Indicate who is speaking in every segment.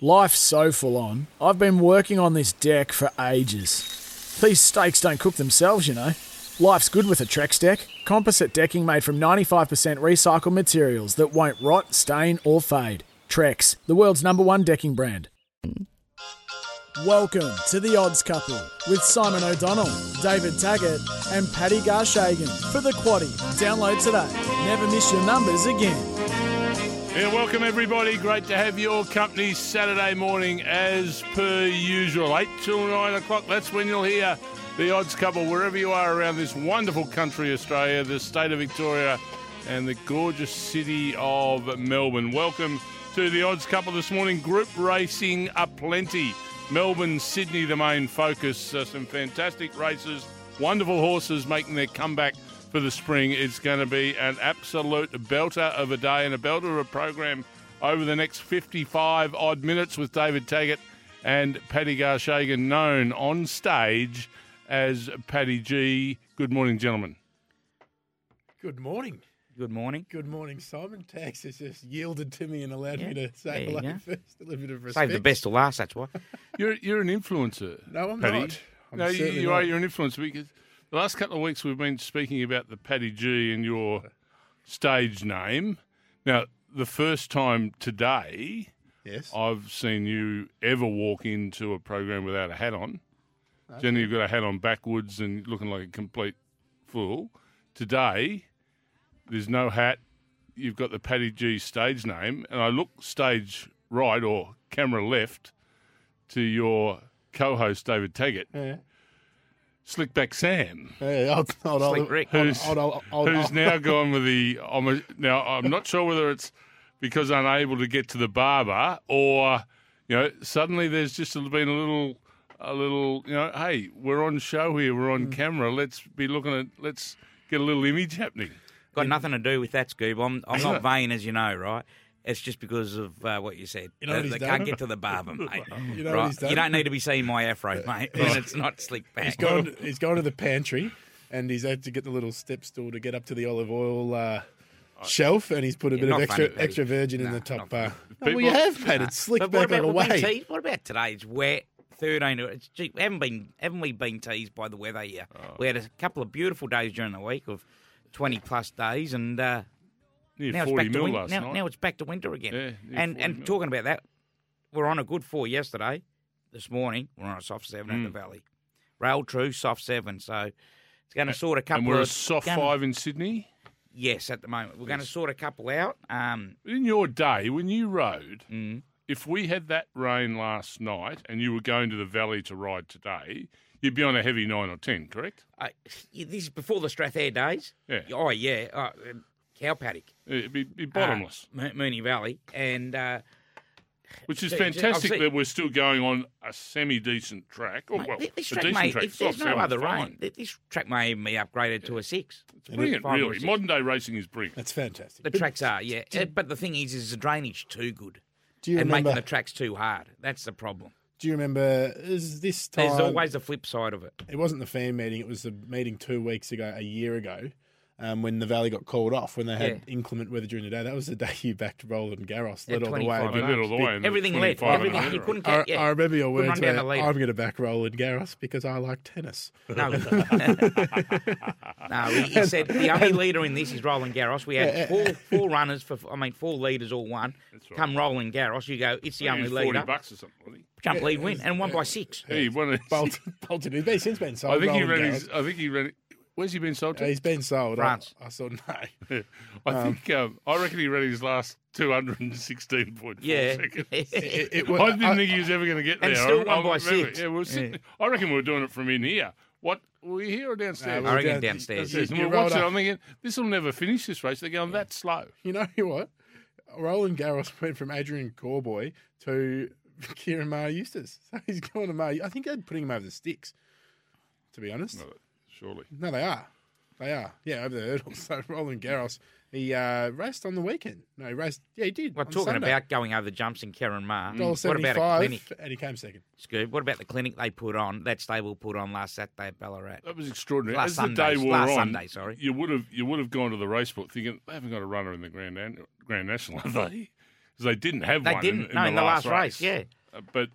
Speaker 1: Life's so full on. I've been working on this deck for ages. These steaks don't cook themselves, you know. Life's good with a Trex deck. Composite decking made from 95% recycled materials that won't rot, stain, or fade. Trex, the world's number one decking brand. Welcome to The Odds Couple with Simon O'Donnell, David Taggart, and Paddy Garshagan for the Quaddy. Download today. Never miss your numbers again.
Speaker 2: Yeah, welcome everybody. Great to have your company Saturday morning as per usual. 8 till 9 o'clock. That's when you'll hear the odds couple wherever you are around this wonderful country, Australia, the state of Victoria, and the gorgeous city of Melbourne. Welcome to the odds couple this morning. Group racing aplenty. Melbourne, Sydney, the main focus. Uh, some fantastic races, wonderful horses making their comeback for the spring. It's going to be an absolute belter of a day and a belter of a program over the next 55 odd minutes with David Taggart and Paddy Garshagan, known on stage as Paddy G. Good morning, gentlemen.
Speaker 3: Good morning.
Speaker 4: Good morning.
Speaker 3: Good morning, Simon. Tax has just yielded to me and allowed
Speaker 4: Yeah,
Speaker 3: me to say
Speaker 4: there you
Speaker 3: hello
Speaker 4: go.
Speaker 3: first. A little bit of respect.
Speaker 4: Save the best to last, that's why.
Speaker 2: You're, you're an influencer.
Speaker 3: No, I'm
Speaker 2: Paddy.
Speaker 3: not. I'm
Speaker 2: no, you,
Speaker 3: certainly
Speaker 2: you
Speaker 3: not.
Speaker 2: are. You're an influencer because the last couple of weeks we've been speaking about the Paddy G and your stage name. Now, the first time today
Speaker 3: Yes.
Speaker 2: I've seen you ever walk into a program without a hat on. Jenny, you've got a hat on backwards and looking like a complete fool. Today, there's no hat. You've got the Paddy G stage name, and I look stage right or camera left to your co-host David Taggart,
Speaker 3: Yeah.
Speaker 2: Slickback Sam,
Speaker 3: Hey, old, old, old,
Speaker 4: Slick Rick.
Speaker 2: who's
Speaker 3: old, old, old,
Speaker 2: who's now gone with the. I'm a, now I'm not sure whether it's because unable to get to the barber or you know suddenly there's just been a little a little you know hey we're on show here we're on camera let's be looking at let's get a little image happening.
Speaker 4: Got nothing to do with that, Scoob. I'm, I'm not vain, as you know, right? It's just because of uh, what you said.
Speaker 3: You know what
Speaker 4: they
Speaker 3: he's
Speaker 4: they can't
Speaker 3: done?
Speaker 4: get to the barber, mate.
Speaker 3: You know what
Speaker 4: right?
Speaker 3: he's done?
Speaker 4: You don't need to be seeing my afro, mate. when it's not slick back.
Speaker 3: He's gone. To, he's gone to the pantry, and he's had to get the little step stool to get up to the olive oil uh, shelf, and he's put a bit of
Speaker 4: Oh, not
Speaker 3: extra
Speaker 4: funny, Paddy.
Speaker 3: extra virgin in
Speaker 4: Nah,
Speaker 3: the
Speaker 4: not
Speaker 3: top
Speaker 4: funny.
Speaker 3: bar. No, well, you
Speaker 2: People-
Speaker 3: have had it slick
Speaker 4: But what about,
Speaker 3: back on a
Speaker 4: we've been
Speaker 3: way.
Speaker 4: teased- what about today? It's wet, 13. It's, gee, we haven't, been, haven't we been teased by the weather here?
Speaker 3: Oh.
Speaker 4: We had a couple of beautiful days during the week of 20 plus days, and uh,
Speaker 2: Near
Speaker 4: now it's
Speaker 2: 40
Speaker 4: back to
Speaker 2: mil
Speaker 4: win-
Speaker 2: last
Speaker 4: now,
Speaker 2: night.
Speaker 4: now it's back to winter again.
Speaker 2: Yeah, yeah,
Speaker 4: and
Speaker 2: 40
Speaker 4: and
Speaker 2: mil.
Speaker 4: talking about that, we're on a good four yesterday. This morning we're on a soft seven in the
Speaker 2: Mm.
Speaker 4: valley. Rail true soft seven, so it's going to sort a couple.
Speaker 2: and we're a
Speaker 4: of-
Speaker 2: soft
Speaker 4: gonna-
Speaker 2: five in Sydney.
Speaker 4: Yes, at the moment we're going to sort a couple out. Um,
Speaker 2: But in your day, when you rode,
Speaker 4: Mm.
Speaker 2: if we had that rain last night and you were going to the valley to ride today, you'd be on a heavy nine or ten, correct?
Speaker 4: I, this is before the Strathair days.
Speaker 2: Yeah.
Speaker 4: Oh yeah, oh, um, cow paddock,
Speaker 2: It'd be, be bottomless,
Speaker 4: uh, Mo- Mooney Valley, and uh,
Speaker 2: which is
Speaker 4: yeah, yeah, I've
Speaker 2: fantastic
Speaker 4: seen-
Speaker 2: that we're still going on a semi decent track. Or,
Speaker 4: mate,
Speaker 2: Oh, well,
Speaker 4: thi- this
Speaker 2: a
Speaker 4: track
Speaker 2: decent
Speaker 4: may
Speaker 2: track.
Speaker 4: if there's
Speaker 2: Soft
Speaker 4: no
Speaker 2: seven's
Speaker 4: other
Speaker 2: fine.
Speaker 4: rain, thi- this track may even be upgraded to a six.
Speaker 2: It's brilliant,
Speaker 4: Five or
Speaker 2: really.
Speaker 4: six.
Speaker 2: Modern day racing is brilliant.
Speaker 3: That's fantastic.
Speaker 4: The tracks are, yeah. Uh, But the thing is, is the drainage too good
Speaker 3: Do you
Speaker 4: and
Speaker 3: remember?
Speaker 4: making the tracks too hard. That's the problem.
Speaker 3: do you remember? Is this time?
Speaker 4: There's always the flip side of it.
Speaker 3: it wasn't the fan meeting. It was the meeting two weeks ago, a year ago, um, when the valley got called off when they had
Speaker 4: Yeah.
Speaker 3: inclement weather during the day. That was the day you backed Roland Garros,
Speaker 4: At
Speaker 3: led all the way.
Speaker 4: 25
Speaker 2: I did all the way. and
Speaker 4: Everything led.
Speaker 2: 25 and
Speaker 4: Everything. You
Speaker 2: under.
Speaker 4: couldn't
Speaker 3: I,
Speaker 4: get. Yeah.
Speaker 3: I remember your
Speaker 4: Couldn't
Speaker 3: words.
Speaker 4: Run down
Speaker 3: about,
Speaker 4: the lead.
Speaker 3: I'm going to back Roland Garros because I like tennis.
Speaker 4: No. no, he, he said the only leader in this is Roland Garros. We had four, four runners for, I mean, four leaders all won. Come Roland Garros, you go, it's the
Speaker 2: Yeah,
Speaker 4: only
Speaker 2: 40
Speaker 4: leader.
Speaker 2: bucks or something. wasn't he?
Speaker 4: Jump lead win and won by six.
Speaker 2: Hey, one of-
Speaker 3: Bolton, Bolton. He's been since been sold.
Speaker 2: I think he uh,
Speaker 3: Roland
Speaker 2: ran
Speaker 3: Garros.
Speaker 2: his. I think he ran. Where's he been sold
Speaker 3: Uh,
Speaker 2: to?
Speaker 3: He's been sold. I-
Speaker 4: France.
Speaker 3: I, saw no.
Speaker 2: I think um, I reckon he ran his last two hundred and sixteen point four
Speaker 4: Yeah.
Speaker 2: seconds.
Speaker 3: It, it
Speaker 2: I
Speaker 3: was,
Speaker 2: didn't think he was ever going to get
Speaker 4: And
Speaker 2: there.
Speaker 4: still
Speaker 2: I,
Speaker 4: won
Speaker 2: I
Speaker 4: by
Speaker 2: remember-
Speaker 4: six.
Speaker 2: Yeah, we were sitting, I reckon we were doing it from in here. What were we here or downstairs?
Speaker 3: Uh,
Speaker 4: I
Speaker 3: we
Speaker 4: reckon
Speaker 3: down-
Speaker 4: downstairs.
Speaker 2: Downstairs. And
Speaker 3: you
Speaker 2: we're watching.
Speaker 3: rolled
Speaker 2: it,
Speaker 3: up.
Speaker 2: I'm thinking this will never finish this race. They're going that slow.
Speaker 3: you know what? Roland Garros went from Adrian Corboy to Kieran Mara Eustace. So he's going to Mara. I think they're putting him over the sticks, to be honest.
Speaker 2: Surely.
Speaker 3: No, they are. They are. Yeah, over the hurdles. So Roland Garros, he uh, raced on the weekend. No, he raced. Yeah, he did.
Speaker 4: We're
Speaker 3: on
Speaker 4: talking
Speaker 3: Sunday.
Speaker 4: about going over the jumps in Karen Mar. What about a clinic,
Speaker 3: $1.75, and he came second.
Speaker 4: Scoob? What about the clinic they put on, that stable put on last Saturday at Ballarat?
Speaker 2: That was extraordinary.
Speaker 4: Last
Speaker 2: As
Speaker 4: Sunday,
Speaker 2: the day wore
Speaker 4: last
Speaker 2: on,
Speaker 4: Sunday, sorry.
Speaker 2: you would have you would have gone to the race book thinking they haven't got a runner in the Grand An- Grand National, have they? Because they didn't have
Speaker 4: They
Speaker 2: one.
Speaker 4: didn't.
Speaker 2: in, in
Speaker 4: No,
Speaker 2: the
Speaker 4: in the
Speaker 2: last,
Speaker 4: last race,
Speaker 2: Uh, but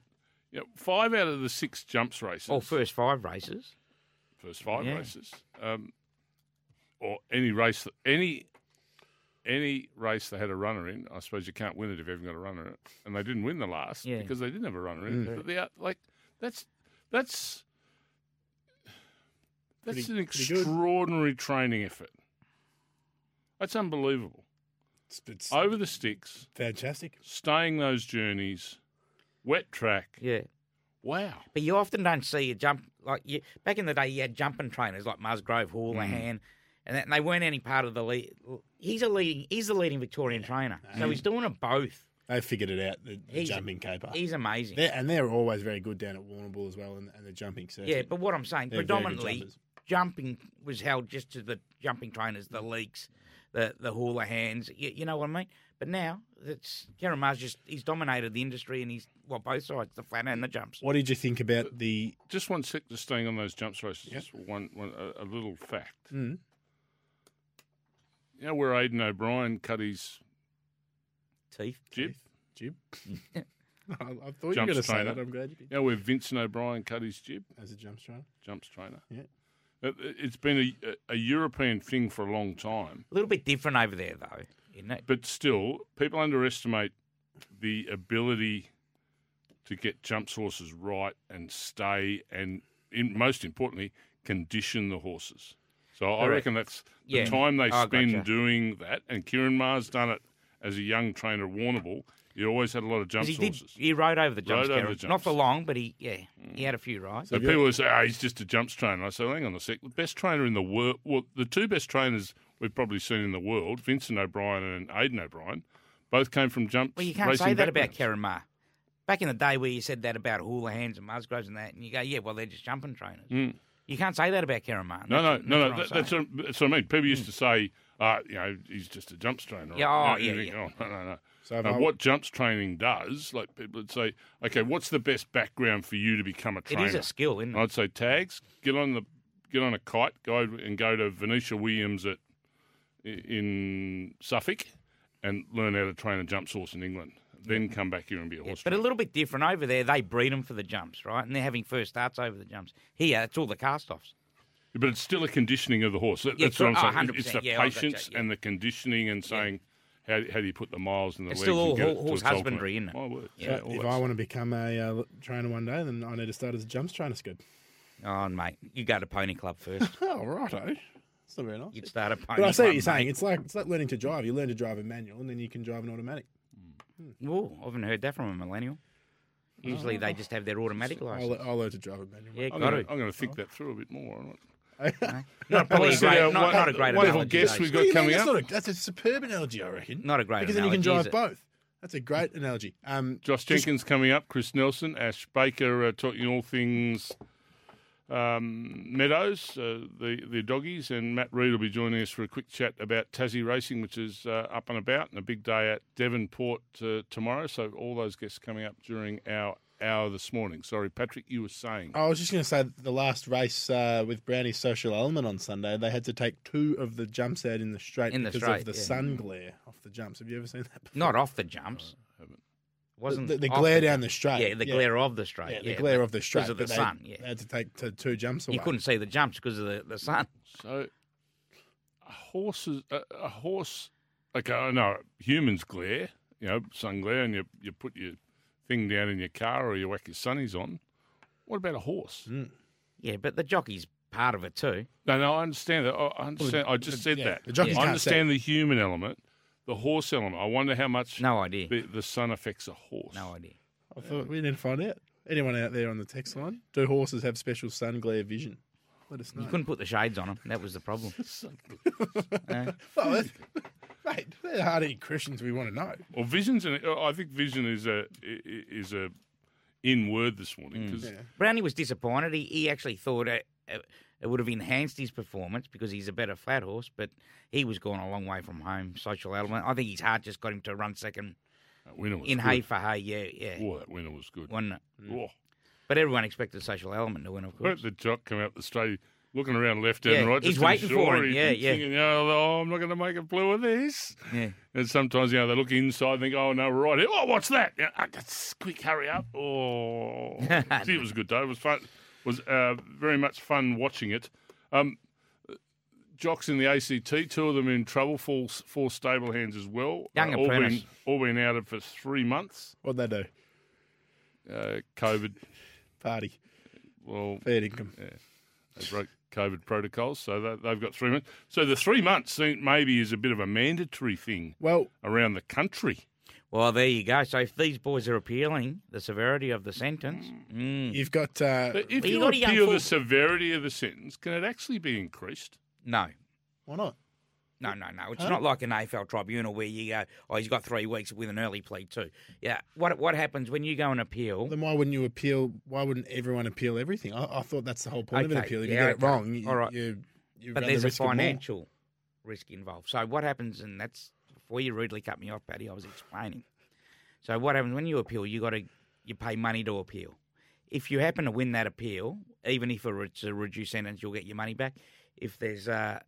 Speaker 2: you know, five out of the six jumps races,
Speaker 4: Or Oh, first five races.
Speaker 2: first five
Speaker 4: Yeah.
Speaker 2: races, um, or any race, that- any any race they had a runner in. I suppose you can't win it if you haven't got a runner in it, and they didn't win the last
Speaker 4: Yeah.
Speaker 2: because they didn't have a runner in
Speaker 3: Mm.
Speaker 2: it. But they are, like that's that's. That's
Speaker 3: Pretty-
Speaker 2: an
Speaker 3: pretty good.
Speaker 2: extraordinary training effort. That's unbelievable.
Speaker 3: It's, it's
Speaker 2: Over the sticks,
Speaker 3: fantastic.
Speaker 2: staying those journeys, wet track.
Speaker 4: Yeah.
Speaker 2: Wow.
Speaker 4: But you often don't see a jump like you back in the day. You had jumping trainers like Musgrove, Houlihan, and, that, and they weren't any part of the lead. He's a leading. He's the leading Victorian trainer, so he's doing them both.
Speaker 3: They figured it out, the, the
Speaker 4: He's-
Speaker 3: jumping caper.
Speaker 4: He's amazing.
Speaker 3: They're, and they're always very good down at Warrnambool as well, and, and the jumping circuit.
Speaker 4: Yeah, but what I'm saying,
Speaker 3: They're very good
Speaker 4: predominantly
Speaker 3: jumpers.
Speaker 4: jumping was held just to the jumping trainers, the leaks, the the Houlihan's. You, you know what I mean? But now it's Karamar's just he's dominated the industry and he's well both sides, the flat and the jumps.
Speaker 3: What did you think about the
Speaker 2: Just one sec, just staying on those jumps races.
Speaker 3: Yep.
Speaker 2: Just one, one a, a little fact.
Speaker 3: Mm.
Speaker 2: You know where Aidan O'Brien cut his
Speaker 4: Teeth.
Speaker 2: jib?
Speaker 3: jib? I, I thought you were
Speaker 2: Jumps
Speaker 3: going to say
Speaker 2: trainer.
Speaker 3: that. I'm glad you did.
Speaker 2: You know where Vincent O'Brien cut his jib?
Speaker 3: As a jump trainer.
Speaker 2: Jumps trainer.
Speaker 3: Yeah.
Speaker 2: It- It's been a, a European thing for a long time.
Speaker 4: A little bit different over there though, isn't it?
Speaker 2: but still, people underestimate the ability to get jump horses right and stay, and in, most importantly, condition the horses. So I
Speaker 4: Correct.
Speaker 2: reckon that's the
Speaker 4: Yeah.
Speaker 2: time they
Speaker 4: Oh,
Speaker 2: spend
Speaker 4: gotcha.
Speaker 2: doing that. And Kieran Maher's done it as a young trainer at Warrnambool. He always had a lot of jump
Speaker 4: 'Cause he did.
Speaker 2: horses.
Speaker 4: He rode over the jumps,
Speaker 2: Rode over
Speaker 4: Gareth.
Speaker 2: the
Speaker 4: Not for
Speaker 2: jumps. Mm.
Speaker 4: long, but he yeah, he had a few rides.
Speaker 2: So people say, oh, he's just a jumps trainer. I say, hang on a sec. The best trainer in the world, well, the two best trainers we've probably seen in the world, Vincent O'Brien and Aidan O'Brien, both came from jumps.
Speaker 4: Well, you can't
Speaker 2: racing
Speaker 4: say that about
Speaker 2: backgrounds.
Speaker 4: Karen Ma. Back in the day where you said that about Houlihan's and Musgroves and that, and you go, yeah, well, they're just jumping trainers. You can't say that about Karen Ma.
Speaker 2: Mm. No, no,
Speaker 4: That's-
Speaker 2: no, no.
Speaker 4: what
Speaker 2: That,
Speaker 4: I'm Hmm.
Speaker 2: that's, what, that's what I mean. People used to say, uh, you know, he's just a jumps trainer.
Speaker 4: Yeah,
Speaker 2: or,
Speaker 4: oh,
Speaker 2: you know,
Speaker 4: yeah,
Speaker 2: you think, Oh, no, no, no.
Speaker 3: So
Speaker 2: and
Speaker 3: if I-
Speaker 2: what jumps training does, like people would say, okay, what's the best background for you to become a
Speaker 4: saying.
Speaker 2: trainer?
Speaker 4: It is a skill, isn't
Speaker 2: And
Speaker 4: it?
Speaker 2: I'd say tags. Get on the get on a kite, go over and go to Venetia Williams at i- in Suffolk, and learn how to train a jump source in England. Then come back here and be a horse
Speaker 4: but a
Speaker 2: trainer.
Speaker 4: little bit different over there. They breed them for the jumps, right? And they're having first starts over the jumps. Here, it's all the cast-offs.
Speaker 2: But it's still a conditioning of the horse. That,
Speaker 4: Yeah,
Speaker 2: that's what I'm
Speaker 4: cor- oh,
Speaker 2: saying.
Speaker 4: 100%,
Speaker 2: It's the
Speaker 4: yeah, I gotcha,
Speaker 2: patience
Speaker 4: yeah.
Speaker 2: and the conditioning and saying how, how do you put the miles in the
Speaker 4: It's
Speaker 2: legs
Speaker 4: still
Speaker 2: and
Speaker 4: all
Speaker 2: get it
Speaker 4: ho-
Speaker 2: to
Speaker 4: horse
Speaker 2: its ultimate.
Speaker 4: husbandry, isn't it?
Speaker 2: My word.
Speaker 4: Yeah.
Speaker 2: all
Speaker 3: If
Speaker 2: that
Speaker 3: I want to become a uh, trainer one day, then I need to start as a jumps trainer, Scud.
Speaker 4: Oh, mate, you go to Pony Club first.
Speaker 3: Oh, righto. It's not very nice.
Speaker 4: You'd start a Pony
Speaker 3: But I
Speaker 4: Club,
Speaker 3: see what you're
Speaker 4: mate.
Speaker 3: saying. It's like it's like learning to drive. You learn to drive a manual, and then you can drive an automatic.
Speaker 4: Ooh, I haven't heard that from a millennial. Usually they just have their automatic license.
Speaker 3: I'll, I'll learn to drive a manual.
Speaker 4: yeah,
Speaker 2: I'm
Speaker 4: got
Speaker 2: gonna,
Speaker 4: it.
Speaker 2: I'm gonna think that through a bit more. I'm not-
Speaker 4: Not, probably a
Speaker 2: Listen,
Speaker 4: great,
Speaker 2: uh,
Speaker 4: not,
Speaker 2: one-
Speaker 4: not a great
Speaker 2: wonderful
Speaker 4: analogy,
Speaker 2: guest
Speaker 4: Dave.
Speaker 2: we've
Speaker 3: What
Speaker 2: got
Speaker 3: do you mean?
Speaker 2: coming
Speaker 3: that's
Speaker 2: up.
Speaker 3: Not a, that's a superb analogy, I reckon.
Speaker 4: Not a great
Speaker 3: because then you
Speaker 4: analogy,
Speaker 3: can
Speaker 4: is it?
Speaker 3: drive both. That's a great analogy. Um,
Speaker 2: Josh
Speaker 3: just-
Speaker 2: Jenkins coming up, Chris Nelson, Ash Baker uh, talking all things um, Meadows, uh, the the doggies, and Matt Reed will be joining us for a quick chat about Tassie Racing, which is uh, up and about, and a big day at Devonport uh, tomorrow. So all those guests coming up during our hour this morning. Sorry, Patrick, you were saying.
Speaker 3: I was just going to say that the last race uh, with Brownie's social element on Sunday, they had to take two of the jumps out in the straight
Speaker 4: In the
Speaker 3: because
Speaker 4: straight,
Speaker 3: of the
Speaker 4: yeah.
Speaker 3: sun glare off the jumps. Have you ever seen that? Before?
Speaker 4: Not off the jumps. Wasn't
Speaker 3: the, the
Speaker 4: off
Speaker 3: glare down the straight?
Speaker 4: Yeah, the glare of the straight.
Speaker 3: Yeah, the glare of the straight
Speaker 4: because of the
Speaker 3: but they-
Speaker 4: sun.
Speaker 3: They
Speaker 4: Yeah,
Speaker 3: had to take t- two jumps away.
Speaker 4: you couldn't see the jumps because of the, the sun.
Speaker 2: So a horse is a, a horse. Like oh no, humans glare. You know, sun glare, and you you put your thing down in your car or you whack your sunnies on. What about a horse?
Speaker 4: Hmm. Yeah, but the jockey's part of it too.
Speaker 2: No, no, I understand that. I I understand. I just said
Speaker 3: yeah,
Speaker 2: that.
Speaker 3: the jockeys
Speaker 2: I
Speaker 3: can't
Speaker 2: understand the human element, the horse element. I wonder how much
Speaker 4: No idea.
Speaker 2: the, the sun affects a horse.
Speaker 4: No idea.
Speaker 3: I thought we need to find out. Anyone out there on the text line? Do horses have special sun glare vision? Let us know.
Speaker 4: You couldn't put the shades on them. That was the problem.
Speaker 3: Oh, that's, mate, they're hard eating questions we want to know.
Speaker 2: uh, Well, vision's. An, I think vision is a i- i- is a inward this morning
Speaker 4: Hmm.
Speaker 2: because
Speaker 4: Brownie was disappointed. He, he actually thought it, it, it would have enhanced his performance because he's a better flat horse, but he was gone a long way from home. Social element. I think his heart just got him to run second
Speaker 2: that winner was
Speaker 4: in
Speaker 2: good.
Speaker 4: hay for hay. Yeah, yeah.
Speaker 2: Oh, that winner was good.
Speaker 4: Wasn't it?
Speaker 2: Oh.
Speaker 4: But everyone expected social element to win, of
Speaker 2: Why don't
Speaker 4: course.
Speaker 2: the jock come out the straight, looking around left
Speaker 4: Yeah,
Speaker 2: and right? just
Speaker 4: he's
Speaker 2: to be
Speaker 4: waiting for
Speaker 2: sure
Speaker 4: him.
Speaker 2: he's
Speaker 4: Yeah,
Speaker 2: been
Speaker 4: yeah.
Speaker 2: Thinking, oh, no, I'm not going to make a blue of this.
Speaker 4: Yeah.
Speaker 2: And sometimes, you know, they look inside and think, oh, no, we're right here. Oh, what's that? Yeah, ah, that's- quick, hurry up. Oh. See, it was a good day. It was fun. It was uh, very much fun watching it. Um, jocks in the ACT, two of them in trouble, four, four stable hands as well. Uh,
Speaker 4: Young
Speaker 2: all, been,
Speaker 4: apprentice.
Speaker 2: all been out of for three months.
Speaker 3: What'd they do?
Speaker 2: Uh, COVID,
Speaker 3: Party.
Speaker 2: well,
Speaker 3: Fair income.
Speaker 2: They broke COVID protocols, so they, they've got three months. So the three months think maybe is a bit of a mandatory thing
Speaker 3: Well,
Speaker 2: around the country.
Speaker 4: Well, there you go. So if these boys are appealing the severity of the sentence, mm,
Speaker 3: you've got uh,
Speaker 2: But if
Speaker 4: Well, you
Speaker 2: you
Speaker 4: got a young
Speaker 2: appeal the
Speaker 4: fool-
Speaker 2: severity of the sentence, can it actually be increased?
Speaker 4: no.
Speaker 3: why not?
Speaker 4: No, no, no. It's not like an AFL tribunal where you go, oh, he's got three weeks with an early plea too. Yeah. What what happens when you go and appeal?
Speaker 3: Then why wouldn't you appeal? Why wouldn't everyone appeal everything? I, I thought that's the whole point of an
Speaker 4: Okay,
Speaker 3: appeal. If you
Speaker 4: yeah,
Speaker 3: get it
Speaker 4: okay.
Speaker 3: wrong, you,
Speaker 4: All right.
Speaker 3: you, you
Speaker 4: but
Speaker 3: run the
Speaker 4: there's a
Speaker 3: risk of more.
Speaker 4: financial risk involved. So what happens, and that's before you rudely cut me off, Paddy, I was explaining. So what happens when you appeal? You got to you pay money to appeal. If you happen to win that appeal, even if it's a reduced sentence, you'll get your money back. If there's uh,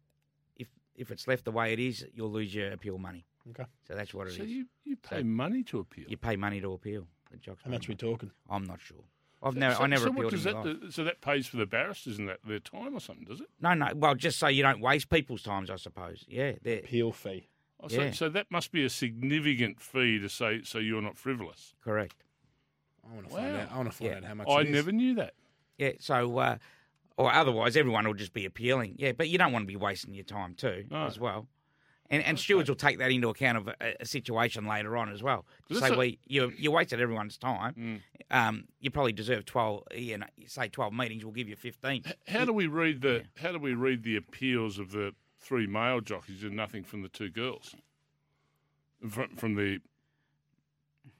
Speaker 4: if if it's left the way it is, you'll lose your appeal money.
Speaker 3: Okay.
Speaker 4: So that's what it is.
Speaker 2: So
Speaker 4: you,
Speaker 2: you, you pay money to appeal.
Speaker 4: pay money to appeal. The jocks
Speaker 3: How much
Speaker 4: pay
Speaker 3: we
Speaker 4: money.
Speaker 3: talking?
Speaker 4: I'm not sure. I've
Speaker 2: So-
Speaker 4: never
Speaker 2: so,
Speaker 4: I never
Speaker 2: so what
Speaker 4: appealed in
Speaker 2: does
Speaker 4: my
Speaker 2: that,
Speaker 4: life.
Speaker 2: do- So that pays for the barristers and that their time or something, does it?
Speaker 4: No, no. Well, just so you don't waste people's times, I suppose. Yeah, they're-
Speaker 3: Appeal fee.
Speaker 2: Oh, so,
Speaker 4: Yeah.
Speaker 2: so that must be a significant fee to say so you're not frivolous.
Speaker 4: correct.
Speaker 3: I want to find
Speaker 2: Wow.
Speaker 3: out. I want to find
Speaker 4: Yeah.
Speaker 3: out how much.
Speaker 2: I
Speaker 3: it is.
Speaker 2: never knew that.
Speaker 4: Yeah, so uh, or otherwise everyone will just be appealing. Yeah, but you don't want to be wasting your time too
Speaker 2: No.
Speaker 4: as well. And and stewards will take that into account of a, a situation later on as well.
Speaker 2: This
Speaker 4: Say,
Speaker 2: is- Mm.
Speaker 4: well, you you wasted everyone's time. Um, you probably deserve twelve. You know, say twelve meetings. We'll give you fifteen.
Speaker 2: How do we read the How do we read the appeals of the three male jockeys and nothing from the two girls? From, from the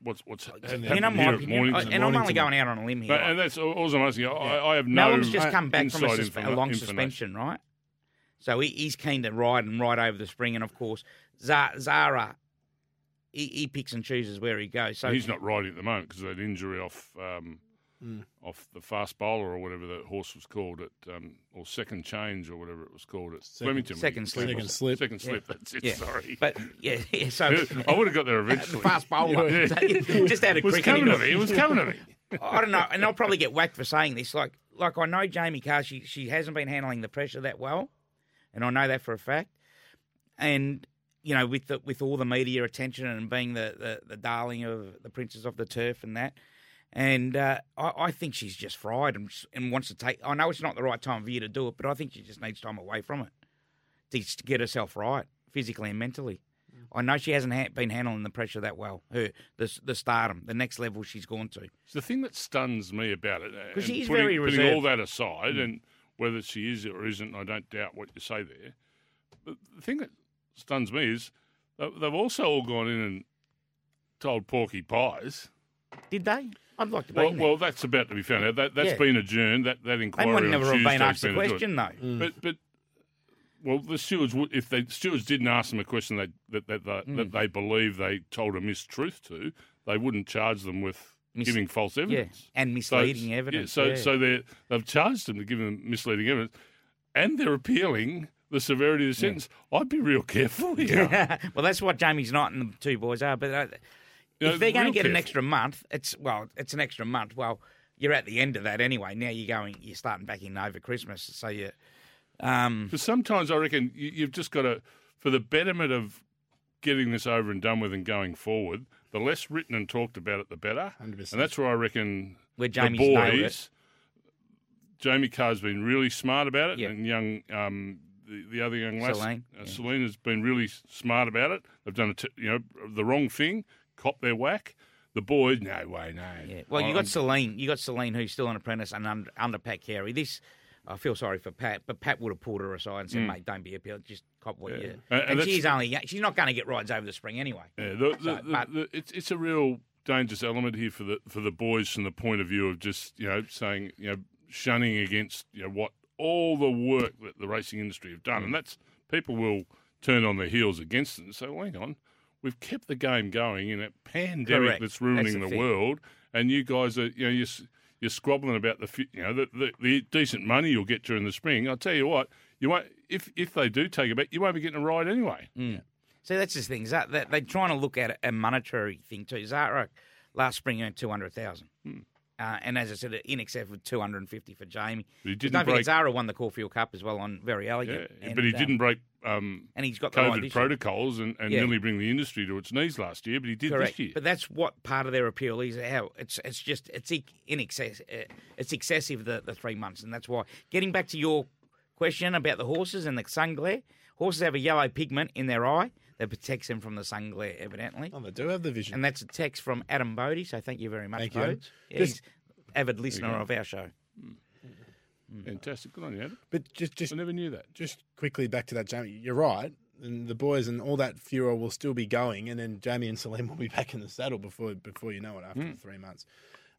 Speaker 2: what's what's happening
Speaker 4: And I'm,
Speaker 2: here
Speaker 4: my
Speaker 2: at
Speaker 4: opinion,
Speaker 2: Mornington?
Speaker 4: I- and I'm
Speaker 3: morning
Speaker 4: only
Speaker 3: tonight.
Speaker 4: going out on a limb here.
Speaker 2: But- and that's all, all I'm asking. I, I I have no.
Speaker 4: Nolan's just come back from a,
Speaker 2: inside
Speaker 4: suspe- a
Speaker 2: informa-
Speaker 4: long
Speaker 2: information.
Speaker 4: suspension, right? So he, he's keen to ride and ride over the spring, and of course, Za- Zara, he, he picks and chooses where he goes. So
Speaker 2: He's not riding at the moment because of that injury off um, off the fast bowler or whatever that horse was called at um, or second change or whatever it was called at Flemington.
Speaker 4: second slip.
Speaker 3: Second slip.
Speaker 2: Second slip. That's it.
Speaker 4: Yeah.
Speaker 2: Sorry.
Speaker 4: But yeah, yeah so
Speaker 2: I would have got there
Speaker 4: the
Speaker 2: eventually.
Speaker 4: fast bowler
Speaker 2: Yeah.
Speaker 4: just out of
Speaker 2: was
Speaker 4: cricket.
Speaker 2: coming to me. It was coming to me.
Speaker 4: I don't know, and I'll probably get whacked for saying this. Like, like I know Jamie Carr, she she hasn't been handling the pressure that well, and I know that for a fact. And you know, with the, with all the media attention and being the, the, the darling of the princess of the turf and that, and uh, I, I think she's just fried and, s- and wants to take. I know it's not the right time for you to do it, but I think she just needs time away from it to, s- to get herself right physically and mentally. I know she hasn't ha- been handling the pressure that well. Her the s- the stardom, the next level she's gone to.
Speaker 2: It's the thing that stuns me about it, and
Speaker 4: she is
Speaker 2: putting,
Speaker 4: very
Speaker 2: putting all
Speaker 4: reserved.
Speaker 2: that aside, and whether she is or isn't, I don't doubt what you say there. But the thing that stuns me is they- they've also all gone in and told Porky Pies.
Speaker 4: Did they? I'd like to be
Speaker 2: Well,
Speaker 4: in
Speaker 2: well, that's about to be found out. That, that's
Speaker 4: Yeah.
Speaker 2: been adjourned. That that
Speaker 4: there.
Speaker 2: inquiry
Speaker 4: They would
Speaker 2: on
Speaker 4: never have been
Speaker 2: Tuesday's
Speaker 4: asked the
Speaker 2: been adjourned.
Speaker 4: question, though.
Speaker 2: But but well, the stewards would if they stewards didn't ask them a question they, that that that,
Speaker 4: Mm.
Speaker 2: that they believe they told a mistruth to, they wouldn't charge them with
Speaker 4: Mis-
Speaker 2: giving false
Speaker 4: Yeah,
Speaker 2: evidence.
Speaker 4: and
Speaker 2: So-
Speaker 4: misleading
Speaker 2: yeah,
Speaker 4: evidence.
Speaker 2: so
Speaker 4: yeah.
Speaker 2: so they they've charged them to give them misleading evidence, and they're appealing the severity of the sentence. I'd be real careful here.
Speaker 4: well, that's what Jamie's Knight and the two boys are. But uh,
Speaker 2: You know,
Speaker 4: if they're going to
Speaker 2: real
Speaker 4: get an
Speaker 2: careful.
Speaker 4: extra month, it's well, it's an extra month. Well, you're at the end of that anyway. Now you're going, you're starting back in over Christmas. So you, um,
Speaker 2: Because sometimes I reckon you, you've just got to, for the betterment of getting this over and done with and going forward, the less written and talked about it, the better.
Speaker 3: 100%.
Speaker 2: And that's where I reckon
Speaker 4: Where
Speaker 2: the
Speaker 4: Jamie's nailed
Speaker 2: boys,
Speaker 4: it.
Speaker 2: Jamie Carr's been really smart about it,
Speaker 4: Yeah.
Speaker 2: and young um, the, the other young lass,
Speaker 4: Selene,
Speaker 2: uh,
Speaker 4: yeah.
Speaker 2: Selena's been really s- smart about it. They've done a t- you know the wrong thing, cop their whack. The boys, no way, no.
Speaker 4: yeah. Well, you
Speaker 2: Oh, I'm-
Speaker 4: got Celine. You got Celine, who's still an apprentice and under, under Pat Carey. This. I feel sorry for Pat, but Pat would have pulled her aside and said, "Mate, don't be appealing. Just cop what you."
Speaker 2: Mm. And- and
Speaker 4: And,
Speaker 2: that's-
Speaker 4: she's only she's not going to get rides over the spring anyway.
Speaker 2: Yeah, the, the,
Speaker 4: So,
Speaker 2: the,
Speaker 4: but-
Speaker 2: the, it's it's a real dangerous element here for the for the boys from the point of view of just you know saying you know shunning against you know what all the work that the racing industry have done, and
Speaker 4: Mm.
Speaker 2: that's people will turn on their heels against it and say, well, hang on, we've kept the game going in a pandemic
Speaker 4: Correct.
Speaker 2: that's
Speaker 4: That's
Speaker 2: ruining
Speaker 4: the
Speaker 2: the,
Speaker 4: thing.
Speaker 2: world, and you guys are you know you're, s- you're squabbling about the fu- you know the, the, the decent money you'll get during the spring. I'll tell you what, you won't if if they do take it back, you won't be getting a ride anyway.
Speaker 4: Mm. See, that's the thing. Zar- they- They're trying to look at a monetary thing too. Zarek last spring earned two hundred thousand,
Speaker 2: Hmm.
Speaker 4: uh, and as I said, in excess of two hundred and fifty for Jamie.
Speaker 2: But he
Speaker 4: Because
Speaker 2: didn't
Speaker 4: don't forget,
Speaker 2: break-
Speaker 4: Zara won the Caulfield Cup as well on very
Speaker 2: Yeah,
Speaker 4: elegant. and,
Speaker 2: but he
Speaker 4: um,
Speaker 2: didn't break um,
Speaker 4: and he's got the right
Speaker 2: COVID
Speaker 4: issue.
Speaker 2: protocols and, and
Speaker 4: Yeah.
Speaker 2: nearly bring the industry to its knees last year, but he did
Speaker 4: Correct.
Speaker 2: this year.
Speaker 4: But that's what part of their appeal is. How it's it's just it's ec- in excess. uh, It's excessive the the three months, and that's why. Getting back to your question about the horses and the sun glare, horses have a yellow pigment in their eye that protects them from the sun glare, evidently.
Speaker 3: Oh, they do have the vision.
Speaker 4: And that's a text from Adam Bodie. So thank you very much,
Speaker 3: Thank you,
Speaker 4: Bodie.
Speaker 3: Adam.
Speaker 4: Yeah,
Speaker 3: Just-
Speaker 4: he's avid listener of our show.
Speaker 2: Fantastic. Good on you, Adam.
Speaker 3: But just, just
Speaker 2: I never knew that.
Speaker 3: just quickly back to that, Jamie. You're right. And the boys and all that furor will still be going, and then Jamie and Salim will be back in the saddle before before you know it
Speaker 4: Hmm.
Speaker 3: after the three months.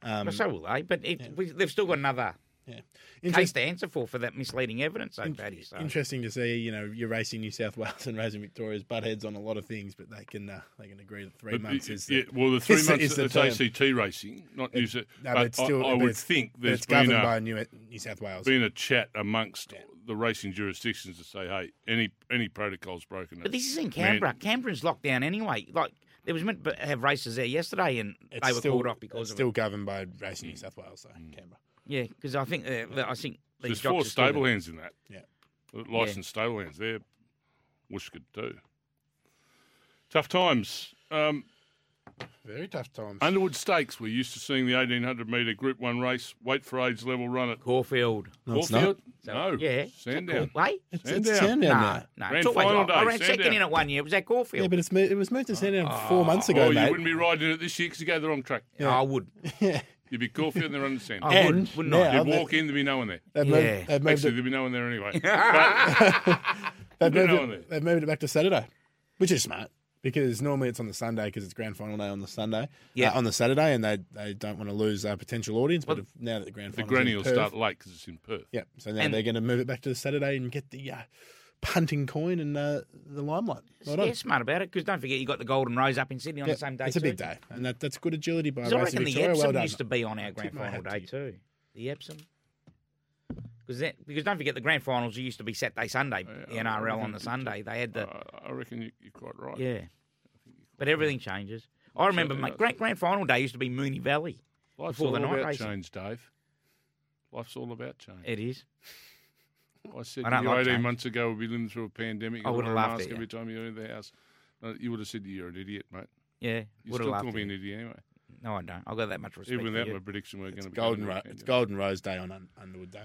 Speaker 3: Um,
Speaker 4: Well, so will they, but it, we, they've still got another
Speaker 3: yeah.
Speaker 4: case
Speaker 3: Interest-
Speaker 4: to answer for for that misleading evidence, though, Paddy.
Speaker 2: Oh.
Speaker 4: So.
Speaker 3: Interesting to see. You know, you're racing New South Wales and racing Victoria's butt heads on a lot of things, but they can uh, they can agree that three
Speaker 2: But
Speaker 3: months
Speaker 2: it-
Speaker 3: is
Speaker 2: yeah, well, the three
Speaker 3: is
Speaker 2: months
Speaker 3: is
Speaker 2: that's
Speaker 3: term.
Speaker 2: ACT racing, not New South.
Speaker 3: No,
Speaker 2: but
Speaker 3: but it's still,
Speaker 2: I, I
Speaker 3: but
Speaker 2: would
Speaker 3: it's-
Speaker 2: think
Speaker 3: but
Speaker 2: there's
Speaker 3: it's
Speaker 2: been
Speaker 3: governed
Speaker 2: a,
Speaker 3: by New, New South Wales.
Speaker 2: been a chat amongst the racing jurisdictions to say, hey, any any protocols broken.
Speaker 4: But this is in
Speaker 2: man-
Speaker 4: Canberra. Canberra's locked down anyway. Like there was meant to have races there yesterday, and
Speaker 3: It's
Speaker 4: they were
Speaker 3: still,
Speaker 4: called off because
Speaker 3: it's
Speaker 4: of
Speaker 3: still
Speaker 4: it.
Speaker 3: governed by Racing
Speaker 2: Mm.
Speaker 3: New South Wales, so Canberra.
Speaker 4: Yeah, because I think uh, I think
Speaker 2: There's
Speaker 4: these
Speaker 2: four
Speaker 4: jocks are still
Speaker 2: stable
Speaker 4: there.
Speaker 2: hands in that.
Speaker 3: Yeah.
Speaker 2: Licensed stable hands. They're whiskered too. Tough times. Um,
Speaker 3: Very tough times.
Speaker 2: Underwood Stakes, we're used to seeing the 1800 metre Group 1 race, wait for age level run at
Speaker 4: Caulfield.
Speaker 3: No, it's
Speaker 2: Caulfield?
Speaker 4: So,
Speaker 2: No.
Speaker 4: yeah, Is that
Speaker 2: Sandown.
Speaker 4: Caul- Wait,
Speaker 3: It's,
Speaker 2: Stand
Speaker 3: it's
Speaker 2: down.
Speaker 3: Sandown
Speaker 4: no,
Speaker 3: now.
Speaker 4: no,
Speaker 2: Grand
Speaker 4: it's always
Speaker 2: final
Speaker 4: like- I
Speaker 2: day,
Speaker 4: ran second
Speaker 2: Sandown.
Speaker 4: in it one year. It was at Caulfield.
Speaker 3: Yeah, but it's mo- it was moved to Sandown
Speaker 4: Ah.
Speaker 3: four months ago,
Speaker 2: Oh, you
Speaker 3: mate.
Speaker 2: wouldn't be riding it this year because you go the wrong track.
Speaker 4: I would.
Speaker 2: You'd be Caulfield and they're under Sandown.
Speaker 4: I
Speaker 3: And
Speaker 4: would, wouldn't
Speaker 3: now
Speaker 4: I?
Speaker 2: You'd
Speaker 3: they've-
Speaker 2: walk in, there'd be no one there.
Speaker 3: They've
Speaker 4: Yeah.
Speaker 3: moved, they've moved,
Speaker 2: Actually,
Speaker 3: it,
Speaker 2: there'd be no one there anyway. But
Speaker 3: they've,
Speaker 2: they're
Speaker 3: moved
Speaker 2: not on there.
Speaker 3: it, they've moved it back to Saturday, which is smart because normally it's on the Sunday because it's grand final day on the Sunday. uh,
Speaker 4: Yeah.
Speaker 3: on the Saturday, and they they don't want to lose a potential audience. But if, now that the grand
Speaker 2: the
Speaker 3: final,
Speaker 2: granny will start late because it's in Perth.
Speaker 3: Yeah, so now
Speaker 4: And-
Speaker 3: they're going to move it back to the Saturday and get the uh, punting coin and uh, the limelight. Well done.
Speaker 4: yeah, smart about it because don't forget you got the Golden Rose up in Sydney on
Speaker 3: Yeah,
Speaker 4: the same day.
Speaker 3: it's a big
Speaker 4: too.
Speaker 3: day, and that, that's good agility by
Speaker 4: 'Cause I
Speaker 3: Racing
Speaker 4: reckon the
Speaker 3: Victoria.
Speaker 4: Epsom
Speaker 3: Well done.
Speaker 4: used to be on our grand
Speaker 3: tip my
Speaker 4: final
Speaker 3: hat
Speaker 4: day
Speaker 3: to
Speaker 4: too. The Epsom. Because because don't forget the grand finals used to be Saturday Sunday. The NRL on the Sunday they had the
Speaker 2: I Uh, I reckon you- you're quite right.
Speaker 4: yeah. But everything changes. I remember
Speaker 2: Certainly
Speaker 4: my
Speaker 2: does.
Speaker 4: grand grand final day used to be Mooney Valley.
Speaker 2: Life's
Speaker 4: Before
Speaker 2: all
Speaker 4: the night
Speaker 2: about
Speaker 4: racing.
Speaker 2: change, Dave. Life's all about change.
Speaker 4: It is.
Speaker 2: I said
Speaker 4: I
Speaker 2: to
Speaker 4: don't
Speaker 2: you
Speaker 4: like
Speaker 2: 18
Speaker 4: change.
Speaker 2: months ago, we'd be living through a pandemic.
Speaker 4: I
Speaker 2: and
Speaker 4: would have
Speaker 2: wear a
Speaker 4: laughed
Speaker 2: mask
Speaker 4: at you.
Speaker 2: every time you're in the house. No, you would have said you're an idiot, mate.
Speaker 4: Yeah.
Speaker 2: You
Speaker 4: Would have
Speaker 2: still
Speaker 4: laughed.
Speaker 2: call me
Speaker 4: at
Speaker 2: an
Speaker 4: you.
Speaker 2: idiot anyway.
Speaker 4: No, I don't. I've got that much respect.
Speaker 2: Even
Speaker 4: for
Speaker 2: without my
Speaker 4: you.
Speaker 2: prediction, we're going
Speaker 3: It's
Speaker 2: to be
Speaker 3: Golden,
Speaker 2: going
Speaker 3: Ro-
Speaker 2: to the
Speaker 3: it's
Speaker 2: pandemic.
Speaker 3: Golden Rose Day on Un- Underwood Day.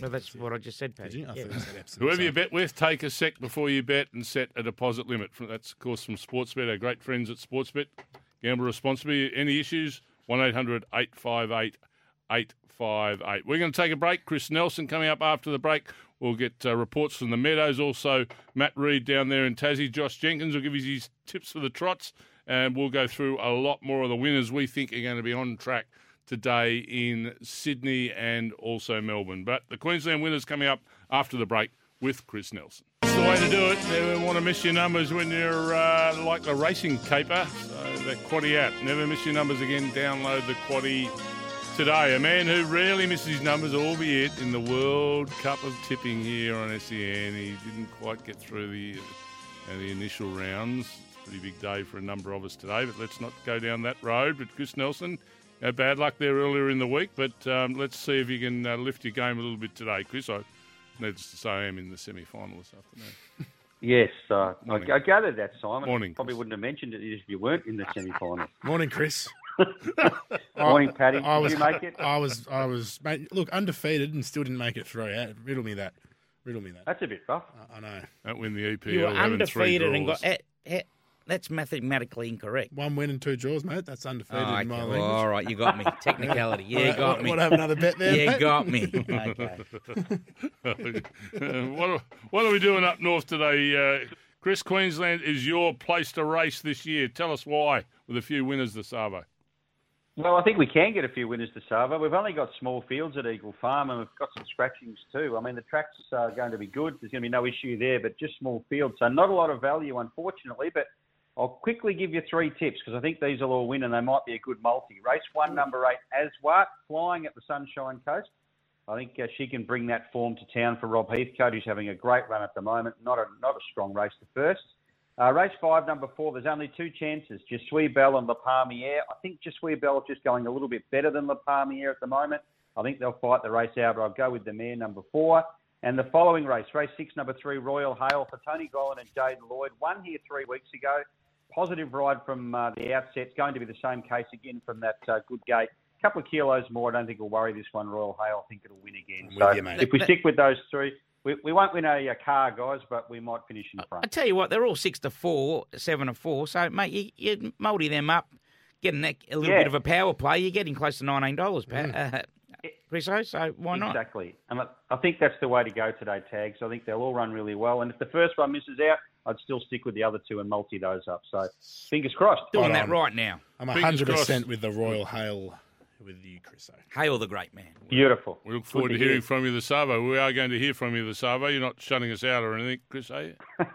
Speaker 4: No, that's what I just said,
Speaker 3: Did
Speaker 4: Paddy.
Speaker 3: you? I
Speaker 4: Yeah.
Speaker 3: thought it said Epsom.
Speaker 2: Whoever
Speaker 3: so-
Speaker 2: you bet with, take a sec before you bet and set a deposit limit. From- That's of course from Sportsbet, our great friends at Sportsbet. Gamble responsibly. Any issues? One 858 858 We're going to take a break. Chris Nelson coming up after the break. We'll get uh, reports from the Meadows. Also, Matt Reed down there in Tassie. Josh Jenkins will give us his tips for the trots. And we'll go through a lot more of the winners we think are going to be on track today in Sydney and also Melbourne. But the Queensland winners coming up after the break with Chris Nelson. That's the way to do it. Never want to miss your numbers when you're uh, like a racing caper. So the Quaddy app. Never miss your numbers again. Download the Quaddy today. A man who rarely misses his numbers, albeit in the World Cup of tipping here on SEN. He didn't quite get through the uh, the initial rounds. It's a pretty big day for a number of us today, but let's not go down that road. But Chris Nelson, uh, bad luck there earlier in the week, but um, let's see if you can uh, lift your game a little bit today, Chris. I, needless to say, I am in the semi-final this afternoon.
Speaker 5: Yes, uh, I,
Speaker 2: Morning.
Speaker 5: I gathered that, Simon.
Speaker 2: Morning,
Speaker 5: Probably
Speaker 2: Chris.
Speaker 5: wouldn't have mentioned it if you weren't in the semi-final.
Speaker 3: Morning, Chris.
Speaker 5: Morning, Paddy.
Speaker 3: I
Speaker 5: Did
Speaker 3: was,
Speaker 5: you make it?
Speaker 3: I was, I was, mate. Look, undefeated and still didn't make it through. Yeah, riddle me that. Riddle me that.
Speaker 5: That's a bit rough.
Speaker 3: I, I know.
Speaker 2: That win Uh, the E EPL.
Speaker 4: You were
Speaker 2: having three
Speaker 4: undefeated and
Speaker 2: draws.
Speaker 4: got. eh, eh, That's mathematically incorrect.
Speaker 3: One win and two draws, mate. That's undefeated
Speaker 4: Oh,
Speaker 3: in my
Speaker 4: okay.
Speaker 3: language.
Speaker 4: All right, you got me. Technicality. Yeah, you
Speaker 3: What-
Speaker 4: got
Speaker 3: what,
Speaker 4: me.
Speaker 3: What have another bet there?
Speaker 4: Yeah,
Speaker 3: mate?
Speaker 4: you got me. Okay.
Speaker 2: what, are, what are we doing up north today? Uh, Chris, Queensland is your place to race this year. Tell us why with a few winners this Arvo.
Speaker 5: Well, I think we can get a few winners to Savo. We've only got small fields at Eagle Farm, and we've got some scratchings too. I mean, the tracks are going to be good. There's going to be no issue there, but just small fields, so not a lot of value, unfortunately. But I'll quickly give you three tips because I think these will all win, and they might be a good multi. Race one, number eight, Aswat, flying at the Sunshine Coast. I think uh, she can bring that form to town for Rob Heathcote, who's having a great run at the moment. Not a not a strong race to first. Uh, race five, number four, there's only two chances, Jesui Bell and La Palmiere. I think Jesui Bell is just going a little bit better than La Palmiere at the moment. I think they'll fight the race out, but I'll go with the mare, number four. And the following race, race six, number three, Royal Hail for Tony Golan and Jaden Lloyd. Won here three weeks ago. Positive ride from uh, the outset. It's going to be the same case again from that uh, good gate. A couple of kilos more. I don't think will worry this one, Royal Hail. I think it'll win again.
Speaker 3: I'm
Speaker 5: so
Speaker 3: with you, mate.
Speaker 5: if we stick with those three, we, we won't win a, a car, guys, but we might finish in front.
Speaker 4: I tell you what, they're all six to four, seven to four. So, mate, you, you multi them up, getting that, a little
Speaker 5: Yeah.
Speaker 4: bit of a power play. You're getting close to nineteen dollars, Pat. Uh, Chriso, so why not?
Speaker 5: Exactly. And I I think that's the way to go today, Tags. I think they'll all run really well. And if the first one misses out, I'd still stick with the other two and multi those up. So fingers crossed.
Speaker 4: Doing
Speaker 3: Spot
Speaker 4: that
Speaker 3: on.
Speaker 4: right now.
Speaker 3: I'm
Speaker 2: Fingers
Speaker 3: 100%
Speaker 2: crossed.
Speaker 3: with the Royal Hail with you, Chris.
Speaker 4: Hail the great man.
Speaker 5: Beautiful.
Speaker 2: We look forward
Speaker 5: Good
Speaker 2: to
Speaker 5: to
Speaker 2: hearing
Speaker 5: hear.
Speaker 2: from you this Savo. We are going to hear from you this Savo. You're not shutting us out or anything, Chris, are you?
Speaker 5: Uh,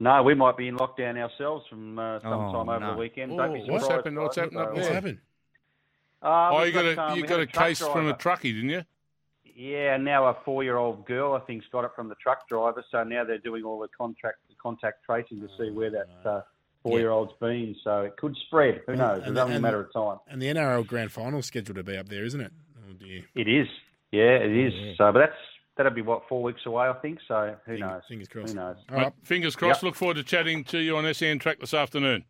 Speaker 5: No, we might be in lockdown ourselves from uh, sometime
Speaker 4: Oh,
Speaker 5: over
Speaker 4: no.
Speaker 5: the weekend.
Speaker 2: Oh,
Speaker 5: Don't be
Speaker 2: what's
Speaker 5: surprised,
Speaker 2: happened? What's
Speaker 5: guys.
Speaker 2: happened up
Speaker 5: So,
Speaker 3: What's
Speaker 2: Yeah.
Speaker 3: happened?
Speaker 5: Uh,
Speaker 2: Oh,
Speaker 5: we've
Speaker 2: you got a
Speaker 5: um,
Speaker 2: you
Speaker 5: we
Speaker 2: got
Speaker 5: had
Speaker 2: a case
Speaker 5: truck
Speaker 2: from a
Speaker 5: driver.
Speaker 2: truckie, didn't you?
Speaker 5: Yeah, now a four-year-old girl, I think, has got it from the truck driver. So now they're doing all the contract contact tracing to see where that uh, four-year-old's been. So it could spread. Who knows?
Speaker 3: and
Speaker 5: It's
Speaker 3: the-
Speaker 5: only a
Speaker 3: and-
Speaker 5: matter of time.
Speaker 3: And the NRL Grand Final scheduled to be up there, isn't it? Oh, dear.
Speaker 5: It is. Yeah, it is. So, but that's that'll be what four weeks away, I think. So who
Speaker 3: Fing-
Speaker 5: knows?
Speaker 3: Fingers crossed.
Speaker 5: Who knows?
Speaker 3: All right.
Speaker 2: Mate, fingers crossed.
Speaker 5: Yep.
Speaker 2: Look forward to chatting to you on SEN Track this afternoon.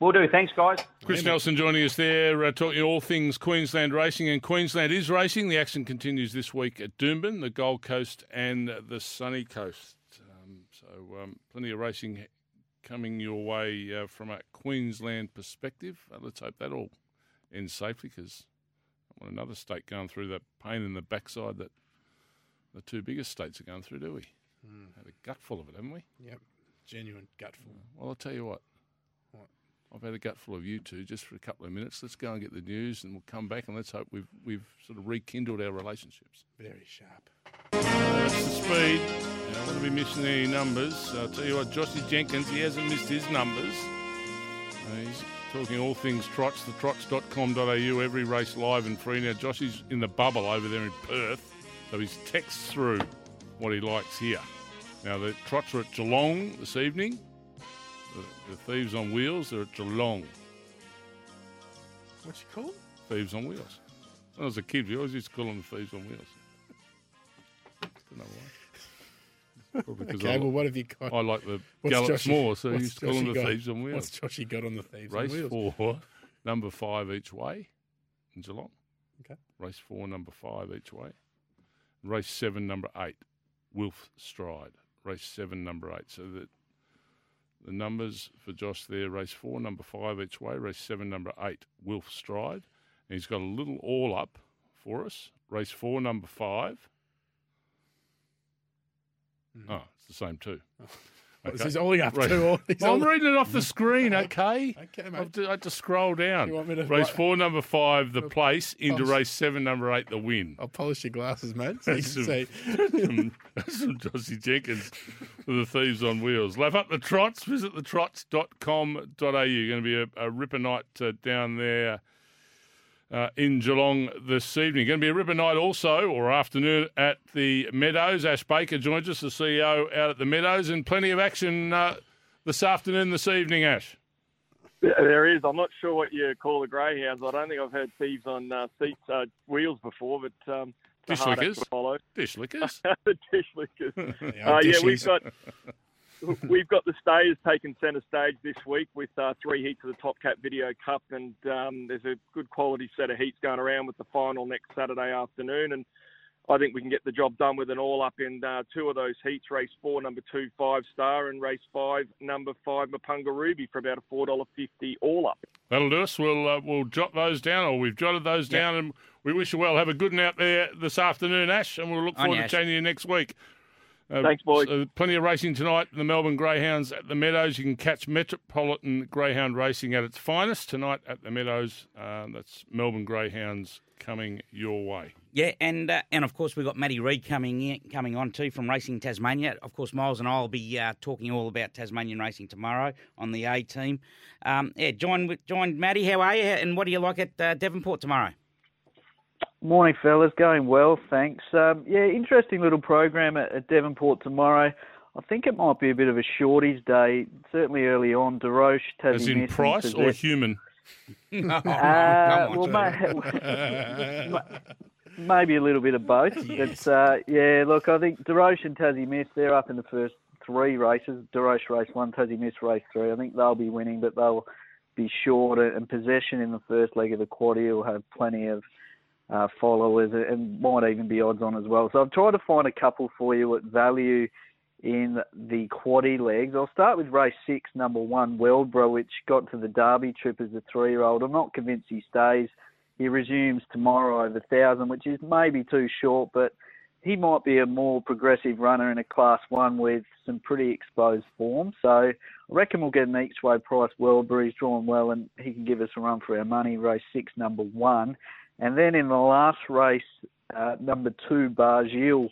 Speaker 5: We'll do. Thanks, guys.
Speaker 2: Chris Nelson joining us there, uh, talking all things Queensland racing, and Queensland is racing. The action continues this week at Doomben, the Gold Coast, and the Sunny Coast. Um, so, um, plenty of racing coming your way uh, from a Queensland perspective. Uh, let's hope that all ends safely because I want another state going through that pain in the backside that the two biggest states are going through, do we? Had a gutful of it, haven't we?
Speaker 3: Yep. Genuine gutful.
Speaker 2: Well, I'll tell you what. I've had a gutful of you two just for a couple of minutes. Let's go and get the news, and we'll come back and let's hope we've we've sort of rekindled our relationships.
Speaker 3: Very sharp.
Speaker 2: That's the speed. I don't want to be missing any numbers. I'll tell you what, Joshy Jenkins, he hasn't missed his numbers. Uh, he's talking all things trots, the trots.com.au, every race live and free. Now, Joshy's in the bubble over there in Perth, so he's texts through what he likes here. Now, the trots are at Geelong this evening. The, the Thieves on Wheels, they're at Geelong.
Speaker 3: What's you call?
Speaker 2: Thieves on Wheels. When I was a kid, we always used to call them Thieves on Wheels. Don't know why. Probably because
Speaker 3: Okay,
Speaker 2: I,
Speaker 3: well, what have you got?
Speaker 2: I like the
Speaker 3: What's
Speaker 2: Gallops
Speaker 3: Joshy-
Speaker 2: more, so you
Speaker 3: what's
Speaker 2: used to call them
Speaker 3: Joshy
Speaker 2: the
Speaker 3: got?
Speaker 2: Thieves on
Speaker 3: What's
Speaker 2: Wheels.
Speaker 3: Joshy got on the Thieves on
Speaker 2: Race
Speaker 3: Wheels?
Speaker 2: four, number five each way in Geelong.
Speaker 3: Okay.
Speaker 2: Race four, number five each way. Race seven, number eight, Wilf Stride. Race seven, number eight. So that the numbers for Josh there: race four, number five each way. Race seven, number eight, Wilf Stride. And he's got a little all up for us. Race four, number five. Oh, it's the same two.
Speaker 3: This
Speaker 2: Okay.
Speaker 3: Hmm. is all you up
Speaker 2: Right.
Speaker 3: to. All these
Speaker 2: Well, I'm
Speaker 3: all-
Speaker 2: reading it off the screen, okay?
Speaker 3: Okay, mate.
Speaker 2: I've d- I had to scroll down.
Speaker 3: You want me to-
Speaker 2: race
Speaker 3: what?
Speaker 2: four, number five, the place, into
Speaker 3: Pumps.
Speaker 2: race seven, number eight, the win.
Speaker 3: I'll polish your glasses, mate. So you
Speaker 2: That's
Speaker 3: can
Speaker 2: some-
Speaker 3: see.
Speaker 2: From, that's from Jossie Jenkins for the Thieves on Wheels. Lap up the trots. Visit thetrots.com.au. Going to be a, a ripper night uh, down there uh, in Geelong this evening. Going to be a ripper night also, or afternoon, at the Meadows. Ash Baker joins us, the CEO out at the Meadows, and plenty of action uh, this afternoon, this evening, Ash.
Speaker 6: Yeah, There is. I'm not sure what you call the greyhounds. I don't think I've heard thieves on uh, seats, uh, wheels before, but um, it's a hard act
Speaker 2: Dish lickers.
Speaker 6: to follow.
Speaker 2: Dish lickers.
Speaker 6: the dish lickers.
Speaker 3: Yeah,
Speaker 6: Uh, yeah,
Speaker 3: dishes.
Speaker 6: we've got we've got the stayers taking centre stage this week with uh, three heats of the Top Cat Video Cup, and um, there's a good quality set of heats going around with the final next Saturday afternoon, and I think we can get the job done with an all up in uh, two of those heats: race four, number two, five star, and race five, number five, Mapunga Ruby, for about a four dollar fifty all up.
Speaker 2: That'll do us. We'll uh, we'll jot those down, or we've jotted those down, and we wish you well. Have a good night there this afternoon, Ash, and we'll look
Speaker 4: On
Speaker 2: forward
Speaker 4: you,
Speaker 2: to
Speaker 4: Ash.
Speaker 2: chatting to you next week. Uh,
Speaker 6: Thanks, boys.
Speaker 2: so plenty of racing tonight. The Melbourne Greyhounds at the Meadows. You can catch Metropolitan Greyhound Racing at its finest tonight at the Meadows. Uh, that's Melbourne Greyhounds coming your way.
Speaker 4: Yeah, and uh, and of course we've got Matty Reid coming in, coming on too from Racing Tasmania. Of course, Miles and I will be uh, talking all about Tasmanian racing tomorrow on the A team. Um, yeah, join with join Matty. How are you? And what do you like at uh, Devonport tomorrow?
Speaker 7: Morning, fellas. Going well, thanks. Um, yeah, interesting little program at, at Devonport tomorrow. I think it might be a bit of a shorties day, certainly early on. DeRoche, Tassie
Speaker 2: As in
Speaker 7: Missing,
Speaker 2: price or
Speaker 7: Possess-
Speaker 2: human?
Speaker 4: Oh, come
Speaker 7: Uh,
Speaker 4: on.
Speaker 7: well, ma- ma- maybe a little bit of both. But uh, yeah, look, I think DeRoche and Tassie Miss, they're up in the first three races. DeRoche race one, Tassie Miss race three. I think they'll be winning, but they'll be short and possession in the first leg of the quad here will have plenty of uh, followers and might even be odds on as well. So I've tried to find a couple for you at value in the quaddy legs. I'll start with race six, number one, Weldborough, which got to the Derby trip as a three year old. I'm not convinced he stays. He resumes tomorrow over 1,000, which is maybe too short, but he might be a more progressive runner in a class one with some pretty exposed form. So I reckon we'll get an each way price. Weldborough, he's drawn well, and he can give us a run for our money. Race six, number one. And then in the last race, uh, number two, Bargil.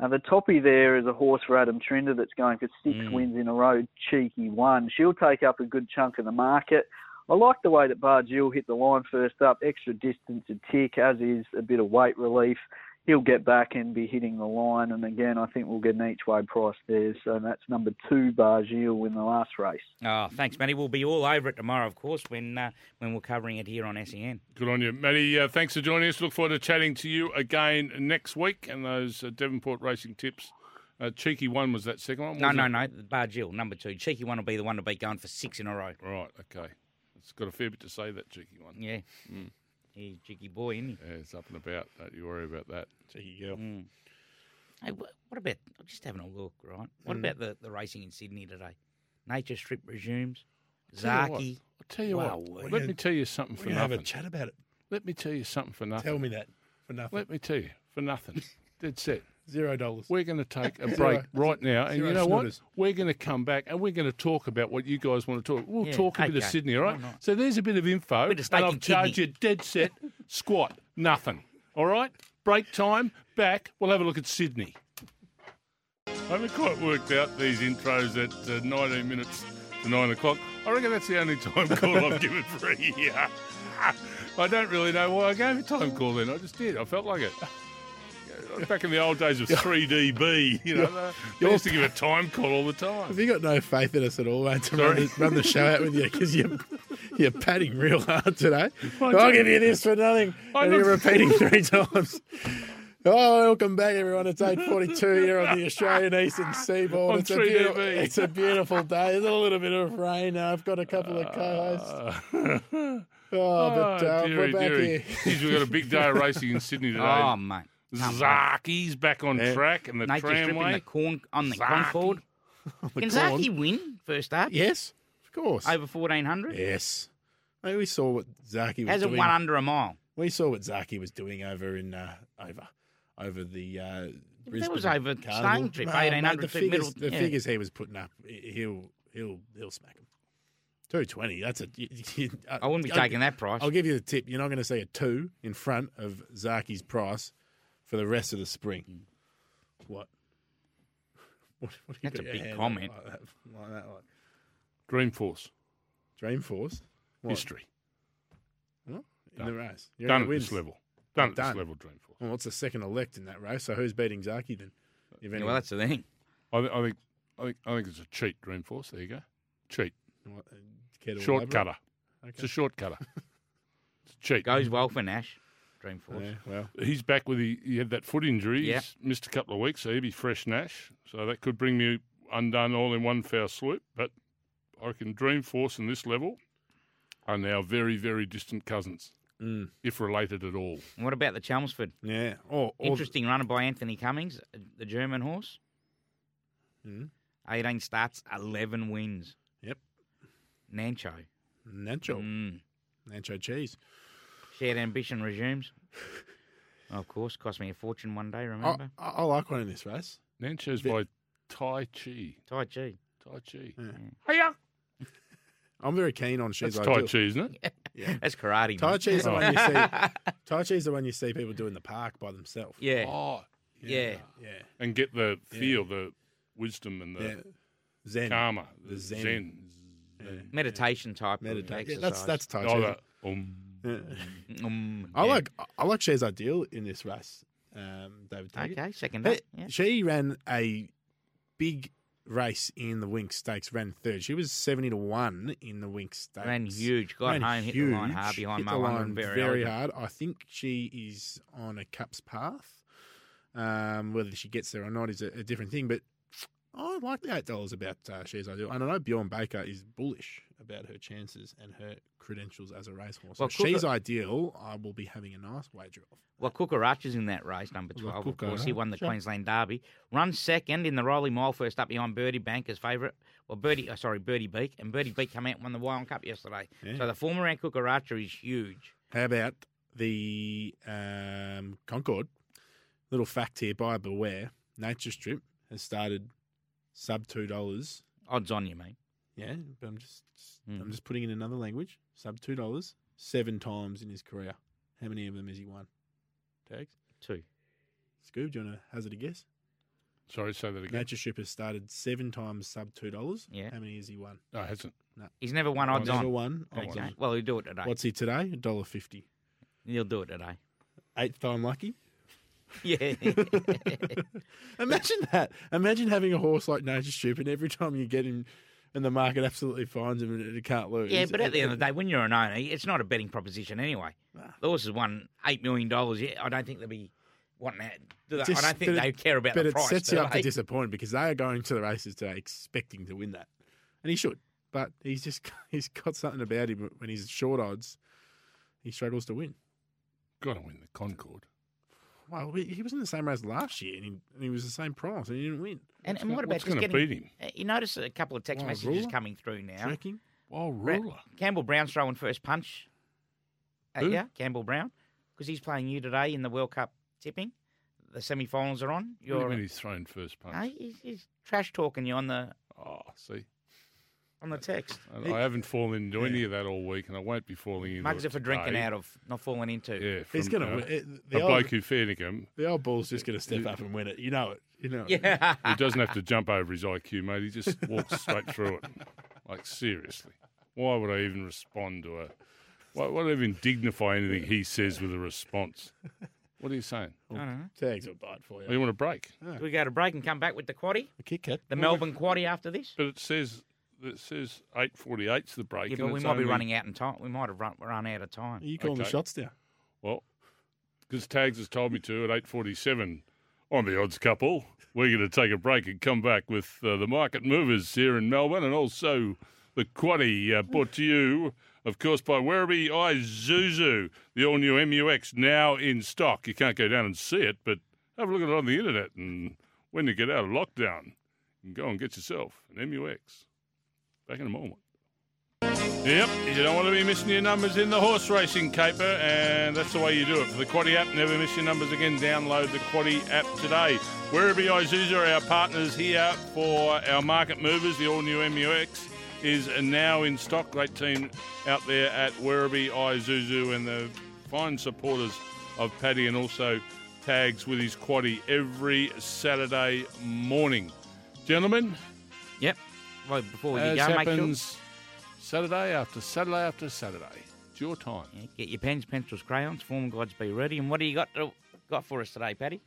Speaker 7: Uh, the toppy there is a horse for Adam Trinder that's going for six wins in a row, cheeky one. She'll take up a good chunk of the market. I like the way that Bargil hit the line first up, extra distance a tick, as is a bit of weight relief. He'll get back and be hitting the line, and again, I think we'll get an each way price there. So that's number two, Bargil, in the last race.
Speaker 4: Oh, thanks, Matty. We'll be all over it tomorrow, of course, when uh, when we're covering it here on E SEN.
Speaker 2: Good on you, Matty. Uh, thanks for joining us. Look forward to chatting to you again next week. And those uh, Devonport racing tips. Uh, cheeky one was that second one.
Speaker 4: No,
Speaker 2: was
Speaker 4: no,
Speaker 2: it?
Speaker 4: no. Bargill, number two. Cheeky one will be the one to be going for six in a row.
Speaker 2: Right, okay. It's got a fair bit to say that cheeky one.
Speaker 4: Yeah.
Speaker 7: Mm.
Speaker 4: He's a cheeky boy, isn't he?
Speaker 2: Yeah, it's up and about. Don't you worry about that.
Speaker 3: Cheeky girl.
Speaker 4: Hey, what, what about? I'm just having a look, right? What
Speaker 2: Mm.
Speaker 4: about the, the racing in Sydney today? Nature Strip resumes.
Speaker 2: Tell you what,
Speaker 4: Zaki.
Speaker 2: I'll tell you
Speaker 4: Wow.
Speaker 2: what. Let me tell you something
Speaker 3: We're
Speaker 2: for
Speaker 3: going to have a
Speaker 2: nothing.
Speaker 3: chat about it.
Speaker 2: Let me tell you something for nothing.
Speaker 3: Tell me that for nothing.
Speaker 2: Let me tell you for nothing. That's it.
Speaker 3: Zero dollars.
Speaker 2: We're going to take a
Speaker 3: Zero.
Speaker 2: break right now, and
Speaker 3: Zero
Speaker 2: you know what?
Speaker 3: snooters.
Speaker 2: We're going to come back and we're going to talk about what you guys want to talk. We'll
Speaker 4: Yeah,
Speaker 2: talk a bit of
Speaker 4: okay.
Speaker 2: Sydney, all right?
Speaker 4: Why not?
Speaker 2: So there's a bit of info,
Speaker 4: Bit of
Speaker 2: and
Speaker 4: steak
Speaker 2: I've
Speaker 4: and kidney.
Speaker 2: charged you dead set squat nothing. All right, break time. Back. We'll have a look at Sydney. I haven't quite worked out these intros at uh, 19 minutes to 9 o'clock. I reckon that's the only time call I've given for a year. I don't really know why I gave a time call then. I just did. I felt like it. Back in the old days of 3DB, you know, they used to give a time call all the
Speaker 3: Have
Speaker 2: time.
Speaker 3: you got no faith in us at all, mate, to run
Speaker 2: Sorry?
Speaker 3: the, run the show out with you? Because you're, you're padding real hard today.
Speaker 2: I
Speaker 3: I'll
Speaker 2: do-
Speaker 3: give you this for nothing.
Speaker 2: I
Speaker 3: and
Speaker 2: look-
Speaker 3: you're repeating three times. Oh, welcome back, everyone. It's 8.42 here on the Australian Eastern Seaboard.
Speaker 2: On
Speaker 3: it's, a
Speaker 2: 3DB.
Speaker 3: beautiful, it's a beautiful day. There's a little bit of rain. Uh, I've got a couple of co-hosts. Oh, but uh, we're back here.
Speaker 2: Jeez, we've got a big day of racing in Sydney today.
Speaker 4: Oh, mate.
Speaker 2: Zaki's back on track and the
Speaker 4: Nature Strip in the
Speaker 2: tramway.
Speaker 4: corn on the
Speaker 2: Zaki.
Speaker 4: Concord. Can
Speaker 3: corn.
Speaker 4: Zaki win first up?
Speaker 3: Yes, of course.
Speaker 4: Over 1400.
Speaker 3: Yes. Mate, we saw what Zaki was
Speaker 4: Hasn't
Speaker 3: doing.
Speaker 4: won under a mile.
Speaker 3: We saw what Zaki was doing over in uh, over over the uh, Brisbane.
Speaker 4: was over Stone Trip,
Speaker 3: Mate, mate,
Speaker 4: 1800
Speaker 3: the
Speaker 4: to
Speaker 3: figures,
Speaker 4: middle-
Speaker 3: the
Speaker 4: yeah.
Speaker 3: figures he was putting up, he- he'll he'll he'll smack him. Two twenty. That's a. You, you, uh,
Speaker 4: I wouldn't be
Speaker 3: I'll-
Speaker 4: taking that price.
Speaker 3: I'll give you the tip. You're not going to see a two in front of Zaki's price for the rest of the spring. What? what, what have you
Speaker 4: That's
Speaker 3: got
Speaker 4: a
Speaker 3: your
Speaker 4: big
Speaker 3: hand up
Speaker 4: comment.
Speaker 3: Like that, like that, like.
Speaker 2: Dreamforce.
Speaker 3: Dreamforce. What?
Speaker 2: History.
Speaker 3: What? In
Speaker 2: Done.
Speaker 3: the race. You're
Speaker 2: Done
Speaker 3: gonna
Speaker 2: at
Speaker 3: win.
Speaker 2: this level. Done at this
Speaker 3: Done.
Speaker 2: level, Dreamforce.
Speaker 3: Well, it's the second elect in that race. So who's beating Zaki then?
Speaker 2: Uh,
Speaker 3: If
Speaker 4: Yeah,
Speaker 3: anyone,
Speaker 4: well, that's the thing.
Speaker 2: I, th- I think I think I think it's a cheat Dreamforce. There you go. Cheat.
Speaker 3: What, uh, care to
Speaker 2: Shortcutter. It's
Speaker 3: elaborate?
Speaker 2: a shortcutter. it's a cheat.
Speaker 4: Goes well for Nash. Dreamforce.
Speaker 3: Okay. Yeah, well,
Speaker 2: He's back with he, he had that foot injury.
Speaker 4: Yeah.
Speaker 2: He's missed a couple of weeks, so he'll be fresh Nash. So that could bring me undone all in one foul swoop. But I can Dreamforce and this level are now very, very distant cousins.
Speaker 3: Mm.
Speaker 2: If related at all.
Speaker 4: And what about the Chelmsford?
Speaker 3: yeah. Or, or
Speaker 4: Interesting runner by Anthony Cummings, uh, the German horse.
Speaker 2: Hmm.
Speaker 3: Mm.
Speaker 4: 18 starts, 11 wins.
Speaker 3: Yep.
Speaker 4: Nancho.
Speaker 2: Oh.
Speaker 3: Nacho,
Speaker 4: Mm.
Speaker 3: Nacho cheese.
Speaker 4: Shared ambition resumes. of course, cost me a fortune one day,
Speaker 3: I,
Speaker 4: remember?
Speaker 3: I, I like one in this race.
Speaker 2: Nancho's
Speaker 3: Bit-
Speaker 2: by Tai Chi.
Speaker 4: Tai Chi.
Speaker 2: Tai Chi.
Speaker 3: Mm.
Speaker 4: Hiya.
Speaker 3: I'm very keen on shoes.
Speaker 2: That's
Speaker 3: I
Speaker 2: Tai
Speaker 3: do.
Speaker 2: Chi, isn't it?
Speaker 4: That's karate.
Speaker 3: Tai
Speaker 4: mate.
Speaker 3: Chi's the one you see. Tai Chi's the one you see people do in the park by themselves.
Speaker 4: Yeah.
Speaker 2: Oh,
Speaker 4: yeah.
Speaker 3: Yeah,
Speaker 2: and get the feel, the wisdom, and the
Speaker 3: yeah. Zen.
Speaker 2: karma, the,
Speaker 3: The
Speaker 2: zen.
Speaker 3: zen.
Speaker 4: Meditation type of
Speaker 3: Meditation.
Speaker 4: exercise.
Speaker 3: Yeah, that's that's Tai Chi.
Speaker 2: Oh, that, um,
Speaker 4: Mm,
Speaker 3: I
Speaker 4: yeah.
Speaker 3: like I like Shay's ideal in this race. Um, David. Taggart.
Speaker 4: Okay, second up.
Speaker 3: Hey,
Speaker 4: Yeah.
Speaker 3: She ran a big race in the Wink Stakes. Ran third. She was seventy to one in the Wink Stakes.
Speaker 4: Ran huge. Got
Speaker 3: Ran
Speaker 4: home, hit the line hard
Speaker 3: huge,
Speaker 4: behind
Speaker 3: hit the
Speaker 4: Mullen.
Speaker 3: line
Speaker 4: and Very,
Speaker 3: very,
Speaker 4: elegant.
Speaker 3: hard. I think she is on a cups path. Um, whether she gets there or not is a, a different thing. But I like the eight dollars about uh, She's Ideal, and I know Bjorn Baker is bullish about her chances and her credentials as a racehorse.
Speaker 4: Well,
Speaker 3: Well,
Speaker 4: Cook-
Speaker 3: She's Ideal, I will be having a nice wager of.
Speaker 4: Well, Kukarach's in that race, number
Speaker 3: Well,
Speaker 4: 12, of course. He won the
Speaker 3: Kukaracha.
Speaker 4: Queensland Derby. Run second in the Raleigh Mile, first up behind Birdie Bank, his favourite. Well, Birdie, oh, sorry, Birdie Beak. And Birdie Beak come out and won the Wyong Cup yesterday.
Speaker 3: Yeah.
Speaker 4: So the form around Kukaracha is huge.
Speaker 3: How about the um, Concord? Little fact here: buyer beware. Nature Strip has started sub two dollars.
Speaker 4: Odds on you, mate.
Speaker 3: Yeah, but I'm just just-
Speaker 4: Mm.
Speaker 3: I'm just putting in another language. Sub two dollars seven times in his career. How many of them has he won? Tags.
Speaker 4: Two.
Speaker 3: Scoob, do you want to hazard a guess?
Speaker 2: sorry, say that again.
Speaker 3: Nature Strip has started seven times sub two dollars.
Speaker 4: Yeah.
Speaker 3: How many has he won?
Speaker 2: No, it hasn't.
Speaker 4: He's never won odds
Speaker 3: Never
Speaker 4: on.
Speaker 3: won.
Speaker 4: Okay.
Speaker 3: Okay.
Speaker 4: Well, he'll do it today.
Speaker 3: What's he today? A dollar fifty.
Speaker 4: He'll do it today.
Speaker 3: Eighth time lucky.
Speaker 4: Yeah.
Speaker 3: Imagine that. Imagine having a horse like Nature Strip, and every time you get him, and the market absolutely finds him, and it can't lose.
Speaker 4: Yeah, but at the end of the day, when you're an owner, it's not a betting proposition anyway. The horse has won eight million dollars. Yeah, I don't think they'll be wanting that. Do they? I
Speaker 3: Just-
Speaker 4: don't think
Speaker 3: but it-
Speaker 4: they care about
Speaker 3: but
Speaker 4: the
Speaker 3: it
Speaker 4: price.
Speaker 3: sets
Speaker 4: do
Speaker 3: you up
Speaker 4: they?
Speaker 3: to disappointment because they are going to the races today expecting to win that, and he should. But he's just he's got something about him when he's short odds, he struggles to win.
Speaker 2: Got to win the Concord.
Speaker 3: Well, he he was in the same race last year, and he, and he was the same price, and he didn't win.
Speaker 4: and, and what about
Speaker 2: What's
Speaker 4: just
Speaker 2: gonna
Speaker 4: getting?
Speaker 2: beat him?
Speaker 4: uh, You notice a couple of text
Speaker 3: Wild
Speaker 4: messages
Speaker 3: Ruler?
Speaker 4: coming through now.
Speaker 3: Tracking.
Speaker 2: Oh,
Speaker 4: Bra-
Speaker 2: ruler.
Speaker 4: Campbell Brown's throwing first punch. At
Speaker 2: Who?
Speaker 4: ya, Campbell Brown, because he's playing you today in the World Cup tipping. The semi-finals are on.
Speaker 2: What do you
Speaker 4: You're
Speaker 2: mean he's thrown first punch?
Speaker 4: no, he's, he's trash talking you on the
Speaker 2: Oh, see,
Speaker 4: on the text.
Speaker 2: I, I haven't fallen into any of that all week, and I won't be falling into.
Speaker 4: Mugs
Speaker 2: it
Speaker 4: are for drinking
Speaker 2: today.
Speaker 4: out of, not falling into.
Speaker 2: Yeah, from,
Speaker 3: He's gonna
Speaker 2: uh,
Speaker 3: win. It-
Speaker 2: a
Speaker 3: The
Speaker 2: bloke
Speaker 3: old,
Speaker 2: who fair dinkum,
Speaker 3: the old bull's just gonna step up and win it. You know it. You know. It.
Speaker 4: Yeah.
Speaker 2: He doesn't have to jump over his IQ, mate. He just walks straight through it. Like seriously, why would I even respond to a? Why why would I even dignify anything he says with a response? What are you saying?
Speaker 3: Tags will bite for
Speaker 2: Oh, you want a break?
Speaker 4: Do we go to break and come back with the quaddy?
Speaker 3: A Kit Kat.
Speaker 4: The Melbourne quaddy after this?
Speaker 2: But it says it says eight forty eight's the break.
Speaker 4: Yeah,
Speaker 2: and
Speaker 4: but we
Speaker 2: it's
Speaker 4: might be
Speaker 2: only-
Speaker 4: running out in time. We might have run, run out of time.
Speaker 3: Are you calling
Speaker 2: Okay.
Speaker 3: the shots now?
Speaker 2: Well, because Tags has told me to at eight forty seven. On the odds couple, we're going to take a break and come back with uh, the market movers here in Melbourne and also the quaddy uh, brought to you, of course, by Werribee Izuzu, the all new MUX now in stock. You can't go down and see it, but have a look at it on the internet. And when you get out of lockdown, you can go and get yourself an MUX. Back in a moment. Yep, you don't want to be missing your numbers in the horse racing caper, and that's the way you do it. For the Quaddy app, never miss your numbers again. Download the Quaddy app today. Werribee Izuzu are our partners here for our market movers. The all new MUX is now in stock. Great team out there at Werribee Izuzu and the fine supporters of Paddy and also tags with his Quaddy every Saturday morning. Gentlemen,
Speaker 4: Yep. Well, before we
Speaker 2: as
Speaker 4: go, make sure.
Speaker 2: happens Saturday after Saturday after Saturday. It's your time.
Speaker 4: Yeah, get your pens, pencils, crayons, form guides be ready. And what do you got to, got for us today, Paddy?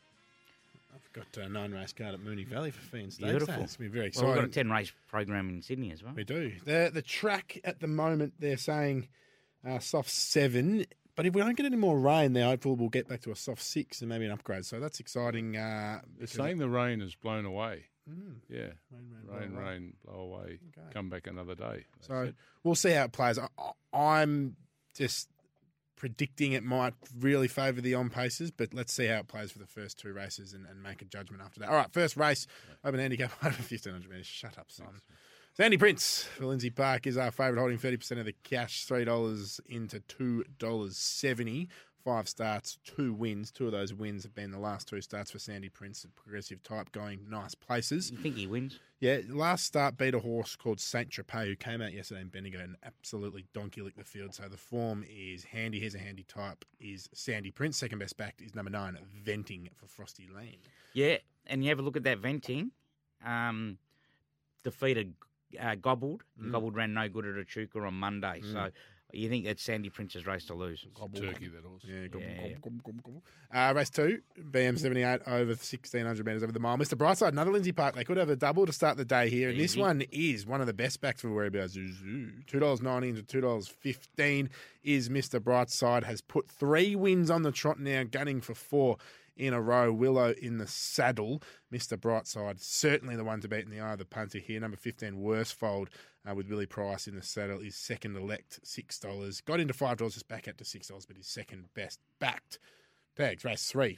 Speaker 3: I've got a nine race card at Mooney Valley for Fiend Stakes.
Speaker 4: Beautiful.
Speaker 3: That's gonna be very
Speaker 4: Well,
Speaker 3: exciting.
Speaker 4: we've got a 10 race program in Sydney as well.
Speaker 3: We do. The the track at the moment they're saying uh, soft seven, but if we don't get any more rain, they're hopeful we'll get back to a soft six and maybe an upgrade. So that's exciting. Uh,
Speaker 2: They're
Speaker 3: because-
Speaker 2: saying the rain has blown away. Yeah.
Speaker 3: Mm. Rain, rain, blow
Speaker 2: rain,
Speaker 3: away.
Speaker 2: rain, blow away. Come back another day. That's
Speaker 3: So
Speaker 2: it.
Speaker 3: we'll see how it plays. I, I- I'm just predicting it might really favour the on paces, but let's see how it plays for the first two races and, and make a judgment after that. All right, first race, open handicap over 1500 metres. Shut up, son. Sandy Prince for Lindsay Park is our favourite, holding 30% of the cash, $3 into $2.70. five starts, two wins. Two of those wins have been the last two starts for Sandy Prince, a progressive type, going nice places.
Speaker 4: You think he wins?
Speaker 3: Yeah, last start beat a horse called Saint Tropez who came out yesterday in Bendigo and absolutely donkey licked the field. So the form is handy. Here's a handy type is Sandy Prince. Second best backed is number nine, Venting for Frosty Lane.
Speaker 4: Yeah, and you have a look at that venting. Um, defeated uh, Gobbled.
Speaker 3: Mm.
Speaker 4: Gobbled ran no good at Echuca on Monday. So you think that's Sandy Prince's race to lose.
Speaker 2: Turkey, that horse.
Speaker 3: Yeah, gobble,
Speaker 4: Yeah.
Speaker 3: gobble, gobble, gobble, gobble. Uh, race two, BM seventy eight over sixteen hundred metres over the mile. Mr. Brightside, another Lindsay Park. They could have a double to start the day here, and this
Speaker 4: Easy.
Speaker 3: one is one of the best backs for Werribee Zuzu. Two dollars nineteen to two dollars fifteen is Mr. Brightside has put three wins on the trot now, gunning for four. In a row, Willow in the saddle. Mr. Brightside, certainly the one to beat in the eye of the punter here. Number 15, Worsfold, uh, with Willie Price in the saddle, is second elect, $6. Got into $5, just back out to $6, but is second best backed. Tags, race three.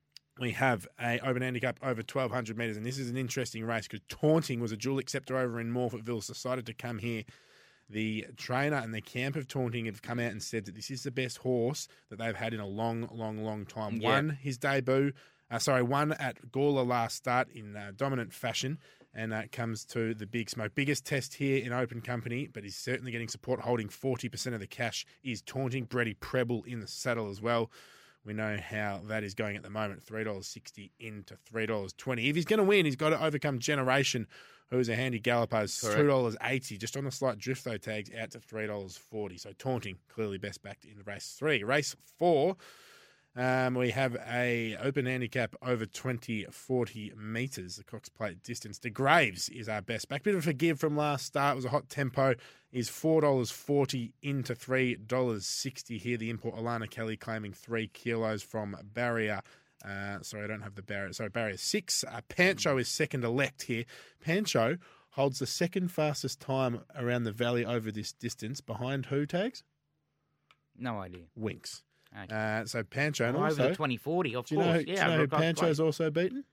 Speaker 3: we have a open handicap over 1,200 metres, and this is an interesting race because Taunting was a dual acceptor over in Morfettville, so decided to come here. The trainer and the camp of Taunting have come out and said that this is the best horse that they've had in a long, long, long time.
Speaker 4: Yeah.
Speaker 3: Won his debut, uh, sorry, won at Gawler last start in uh, dominant fashion, and that comes to the big smoke. Biggest test here in open company, but he's certainly getting support. Holding 40% of the cash is Taunting. Brady Preble in the saddle as well. We know how that is going at the moment. Three dollars sixty into three dollars twenty. If he's going to win, he's got to overcome Generation, who is a handy galloper. Two dollars eighty, just on a slight drift though. Tags out to three dollars forty. So taunting clearly best backed in race three. Race four. Um, we have a open handicap over 20, 40 metres, the Cox Plate distance. De Graves is our best back. Bit of a forgive from last start. It was a hot tempo. Is $4.40 into $3.60 here. The import Alana Kelly claiming three kilos from barrier. Uh, sorry, I don't have the barrier. Sorry, barrier six. Uh, Pancho is second elect here. Pancho holds the second fastest time around the valley over this distance behind who tags?
Speaker 4: No idea.
Speaker 3: Winks.
Speaker 4: Okay.
Speaker 3: Uh, so Pancho and
Speaker 4: Well,
Speaker 3: also
Speaker 4: over the 2040, of
Speaker 3: do you
Speaker 4: course.
Speaker 3: know,
Speaker 4: yeah,
Speaker 3: do you know
Speaker 4: over
Speaker 3: who
Speaker 4: at Cox
Speaker 3: Pancho's
Speaker 4: Plate.
Speaker 3: also beaten?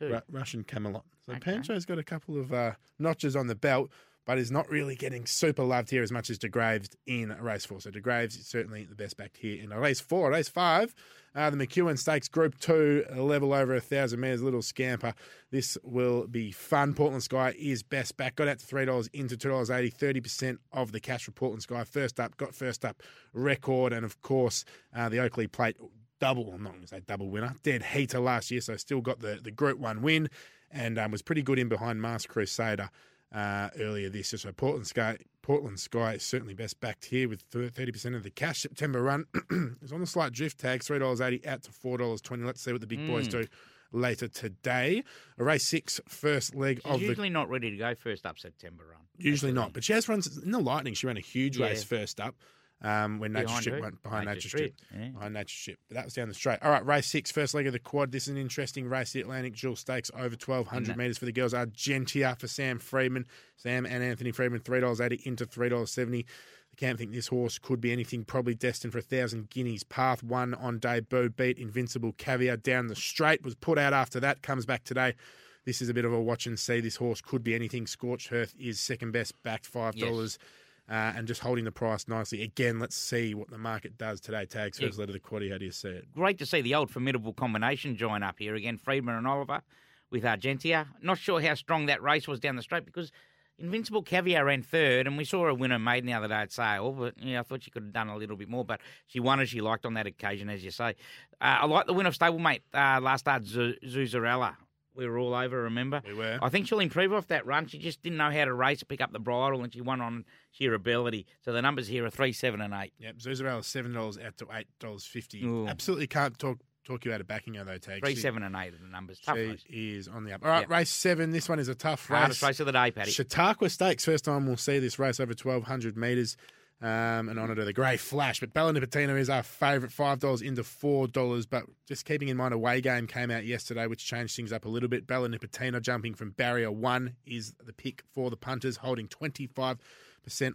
Speaker 4: Who?
Speaker 3: Ru- Russian Camelot. So
Speaker 4: Okay.
Speaker 3: Pancho's got a couple of uh, notches on the belt, but is not really getting super loved here as much as De Graves in race four. So De Graves is certainly the best backed here in race four. Race five, uh, the McEwen Stakes Group Two, a level over a thousand metres, little scamper. This will be fun. Portland Sky is best back. Got out to three dollars into two dollars eighty. Thirty percent of the cash for Portland Sky. First up, got first up record, and of course uh, the Oakley Plate double, I'm not going to say double winner, dead heater last year, so still got the, the Group 1 win and um, was pretty good in behind Mask Crusader uh, earlier this year. So Portland Sky, Portland Sky is certainly best backed here with thir- 30% of the cash. September run is on the slight drift tag, $3.80 out to $4.20. Let's see what the big boys
Speaker 4: Hmm.
Speaker 3: do later today. Race six, first leg
Speaker 4: She's
Speaker 3: of the
Speaker 4: usually not ready to go first up September run.
Speaker 3: Usually not, but she has runs in the lightning. She ran a huge
Speaker 4: Yeah.
Speaker 3: race first up um, when Nature
Speaker 4: Behind
Speaker 3: Strip
Speaker 4: who?
Speaker 3: went behind Nature,
Speaker 4: Nature
Speaker 3: Strip,
Speaker 4: Strip, yeah.
Speaker 3: behind Nature Strip. But that was down the straight. All right, race six, first leg of the quad. This is an interesting race. The Atlantic Jewel Stakes over twelve hundred meters for the girls. Argentia for Sam Freeman, Sam and Anthony Freeman, three dollars eighty into three dollars seventy. I can't think this horse could be anything. Probably destined for a thousand guineas. Path one on debut beat Invincible Caviar down the straight. Was put out after that. Comes back today. This is a bit of a watch and see. This horse could be anything. Scorched Earth is second best, backed five dollars, uh, and just holding the price nicely. Again, let's see what the market does today. Tags first letter of the quaddy. How do you see it?
Speaker 4: Great to see the old formidable combination join up here again, Friedman and Oliver with Argentia. Not sure how strong that race was down the straight because Invincible Caviar ran third, and we saw a winner maiden the other day at Sale, but yeah, I thought she could have done a little bit more, but she won as she liked on that occasion, as you say. Uh, I like the win of stablemate uh, last start, Zu- Zuzarella. We were all over, remember?
Speaker 3: We were.
Speaker 4: I think she'll improve off that run. She just didn't know how to race, pick up the bridle, and she won on sheer ability. So the numbers here are three, seven, and eight.
Speaker 3: Yep, Zuzarella seven dollars out to eight dollars fifty.
Speaker 4: Ooh.
Speaker 3: Absolutely can't talk talk you out of backing her though. Tags
Speaker 4: Three,
Speaker 3: She-
Speaker 4: seven, and eight are the numbers. Tough
Speaker 3: she
Speaker 4: race.
Speaker 3: is on the up. All right,
Speaker 4: Yeah.
Speaker 3: race seven. This one is a tough
Speaker 4: Hardest race of the day, Paddy.
Speaker 3: Chautauqua Stakes, first time we'll see this race over 1,200 metres. Um, and honour to the Grey Flash. But Ballina Patino is our favourite, $5 into $4. But just keeping in mind, away game came out yesterday, which changed things up a little bit. Ballina Patino jumping from barrier one is the pick for the punters, holding 25%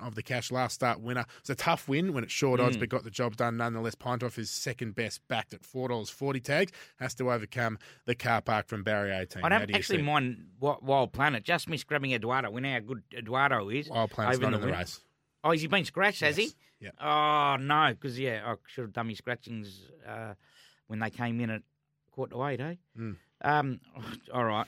Speaker 3: of the cash last start winner. It's a tough win when it's short
Speaker 4: Hmm.
Speaker 3: odds, but got the job done nonetheless. Pintoff is second best backed at $4.40 tags, has to overcome the car park from barrier 18.
Speaker 4: I
Speaker 3: How
Speaker 4: don't
Speaker 3: do you
Speaker 4: actually
Speaker 3: see it?
Speaker 4: mind Wi- Wild Planet. Just miss grabbing Eduardo. We know how good Eduardo is.
Speaker 3: Wild Planet's
Speaker 4: over in
Speaker 3: not in the
Speaker 4: win-
Speaker 3: race.
Speaker 4: Oh, has he been scratched? Has
Speaker 3: Yes.
Speaker 4: he?
Speaker 3: Yeah.
Speaker 4: Oh no, because yeah, I should have done my scratchings uh, when they came in at quarter to eight, eh?
Speaker 3: Mm.
Speaker 4: Um, all right,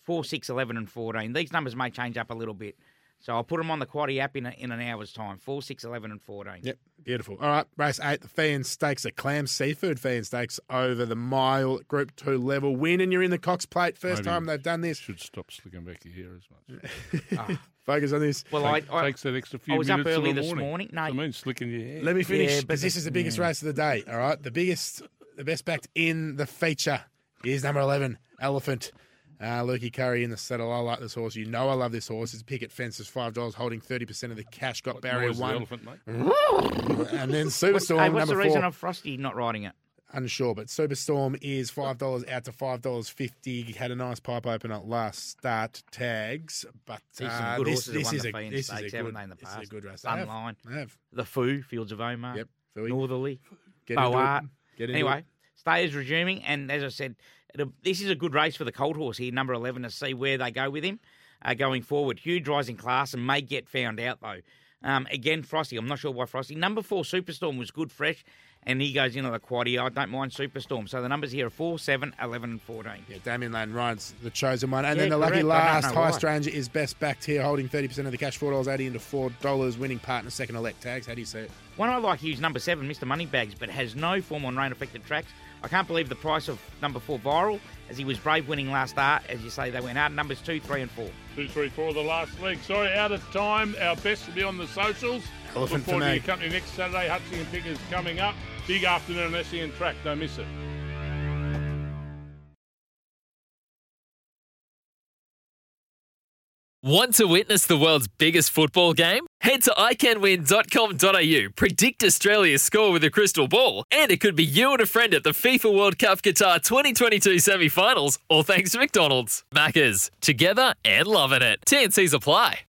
Speaker 4: four, six, eleven, and fourteen. These numbers may change up a little bit, so I'll put them on the quaddy app in a, in an hour's time. Four, six, eleven, and fourteen.
Speaker 3: Yep, beautiful. All right, race eight, the fee and stakes are clam seafood fee and stakes over the mile at group two level. Win and you're in the Cox plate. First
Speaker 2: Maybe.
Speaker 3: time they've done this.
Speaker 2: Should stop slicking back your hair as much.
Speaker 3: Focus on this.
Speaker 4: Well, I, I
Speaker 2: Takes that extra few
Speaker 4: I was up
Speaker 2: minutes in
Speaker 4: early
Speaker 2: the
Speaker 4: this morning. No.
Speaker 2: I mean, slicking your hair.
Speaker 3: Let me finish
Speaker 4: Yeah, but
Speaker 3: because this
Speaker 4: the-
Speaker 3: is the biggest race of the day. All right, the biggest, the best backed in the feature is number eleven, Elephant. Uh, Lukey Curry in the saddle. I like this horse. You know I love this horse. It's picket fences, five dollars, holding thirty percent of the cash. Got barrier
Speaker 2: Noise the
Speaker 3: one,
Speaker 2: elephant, mate.
Speaker 3: and then Superstorm
Speaker 4: hey, what's the
Speaker 3: number
Speaker 4: reason
Speaker 3: four.
Speaker 4: of Frosty not riding it?
Speaker 3: unsure, but Superstorm is five dollars out to five dollars fifty. Had a nice pipe opener at last start tags, but
Speaker 4: These are some
Speaker 3: uh,
Speaker 4: good
Speaker 3: this,
Speaker 4: horses that
Speaker 3: this
Speaker 4: won
Speaker 3: is
Speaker 4: the
Speaker 3: a
Speaker 4: fee and
Speaker 3: this is a
Speaker 4: stakes,
Speaker 3: good,
Speaker 4: haven't they, in the
Speaker 3: this is
Speaker 4: past?
Speaker 3: a good race. They have.
Speaker 4: Sunline,
Speaker 3: They have.
Speaker 4: the Foo, Fields of Omar,
Speaker 3: Yep. Philly,
Speaker 4: Northerly,
Speaker 3: get into
Speaker 4: Boart.
Speaker 3: it. Get into
Speaker 4: Oh, uh, Anyway,
Speaker 3: it.
Speaker 4: stay is resuming, and as I said, it'll, this is a good race for the colt horse here, number eleven, to see where they go with him uh, going forward. Huge rising class, and may get found out though. Um, again, Frosty. I'm not sure why Frosty. Number four, Superstorm was good, fresh, and he goes into the quaddy. I don't mind Superstorm. So the numbers here are four, seven, eleven, and fourteen.
Speaker 3: Yeah, Damien Lane rides the chosen one. And
Speaker 4: Yeah,
Speaker 3: then the lucky
Speaker 4: correct. I don't
Speaker 3: last,
Speaker 4: know why.
Speaker 3: High Stranger, is best backed here, holding 30% of the cash, $4.80 into $4. Winning partner, second elect tags. How do you see it?
Speaker 4: One I like here is number seven, Mr. Moneybags, but has no form on rain affected tracks. I can't believe the price of number four viral, as he was brave winning last start. As you say, they went out numbers two, three, and four.
Speaker 2: Two, three, four, the last leg. Sorry, out of time. Our best to be on the socials.
Speaker 3: Elephant
Speaker 2: Look forward
Speaker 3: for
Speaker 2: to
Speaker 3: me.
Speaker 2: your company next Saturday. Hutchinson Pickers coming up. Big afternoon on SEN Track. Don't miss it.
Speaker 8: Want to witness the world's biggest football game? Head to iCanWin.com.au, predict Australia's score with a crystal ball, and it could be you and a friend at the FIFA World Cup Qatar 2022 semi finals, all thanks to McDonald's. Maccas, together and loving it. TNCs apply.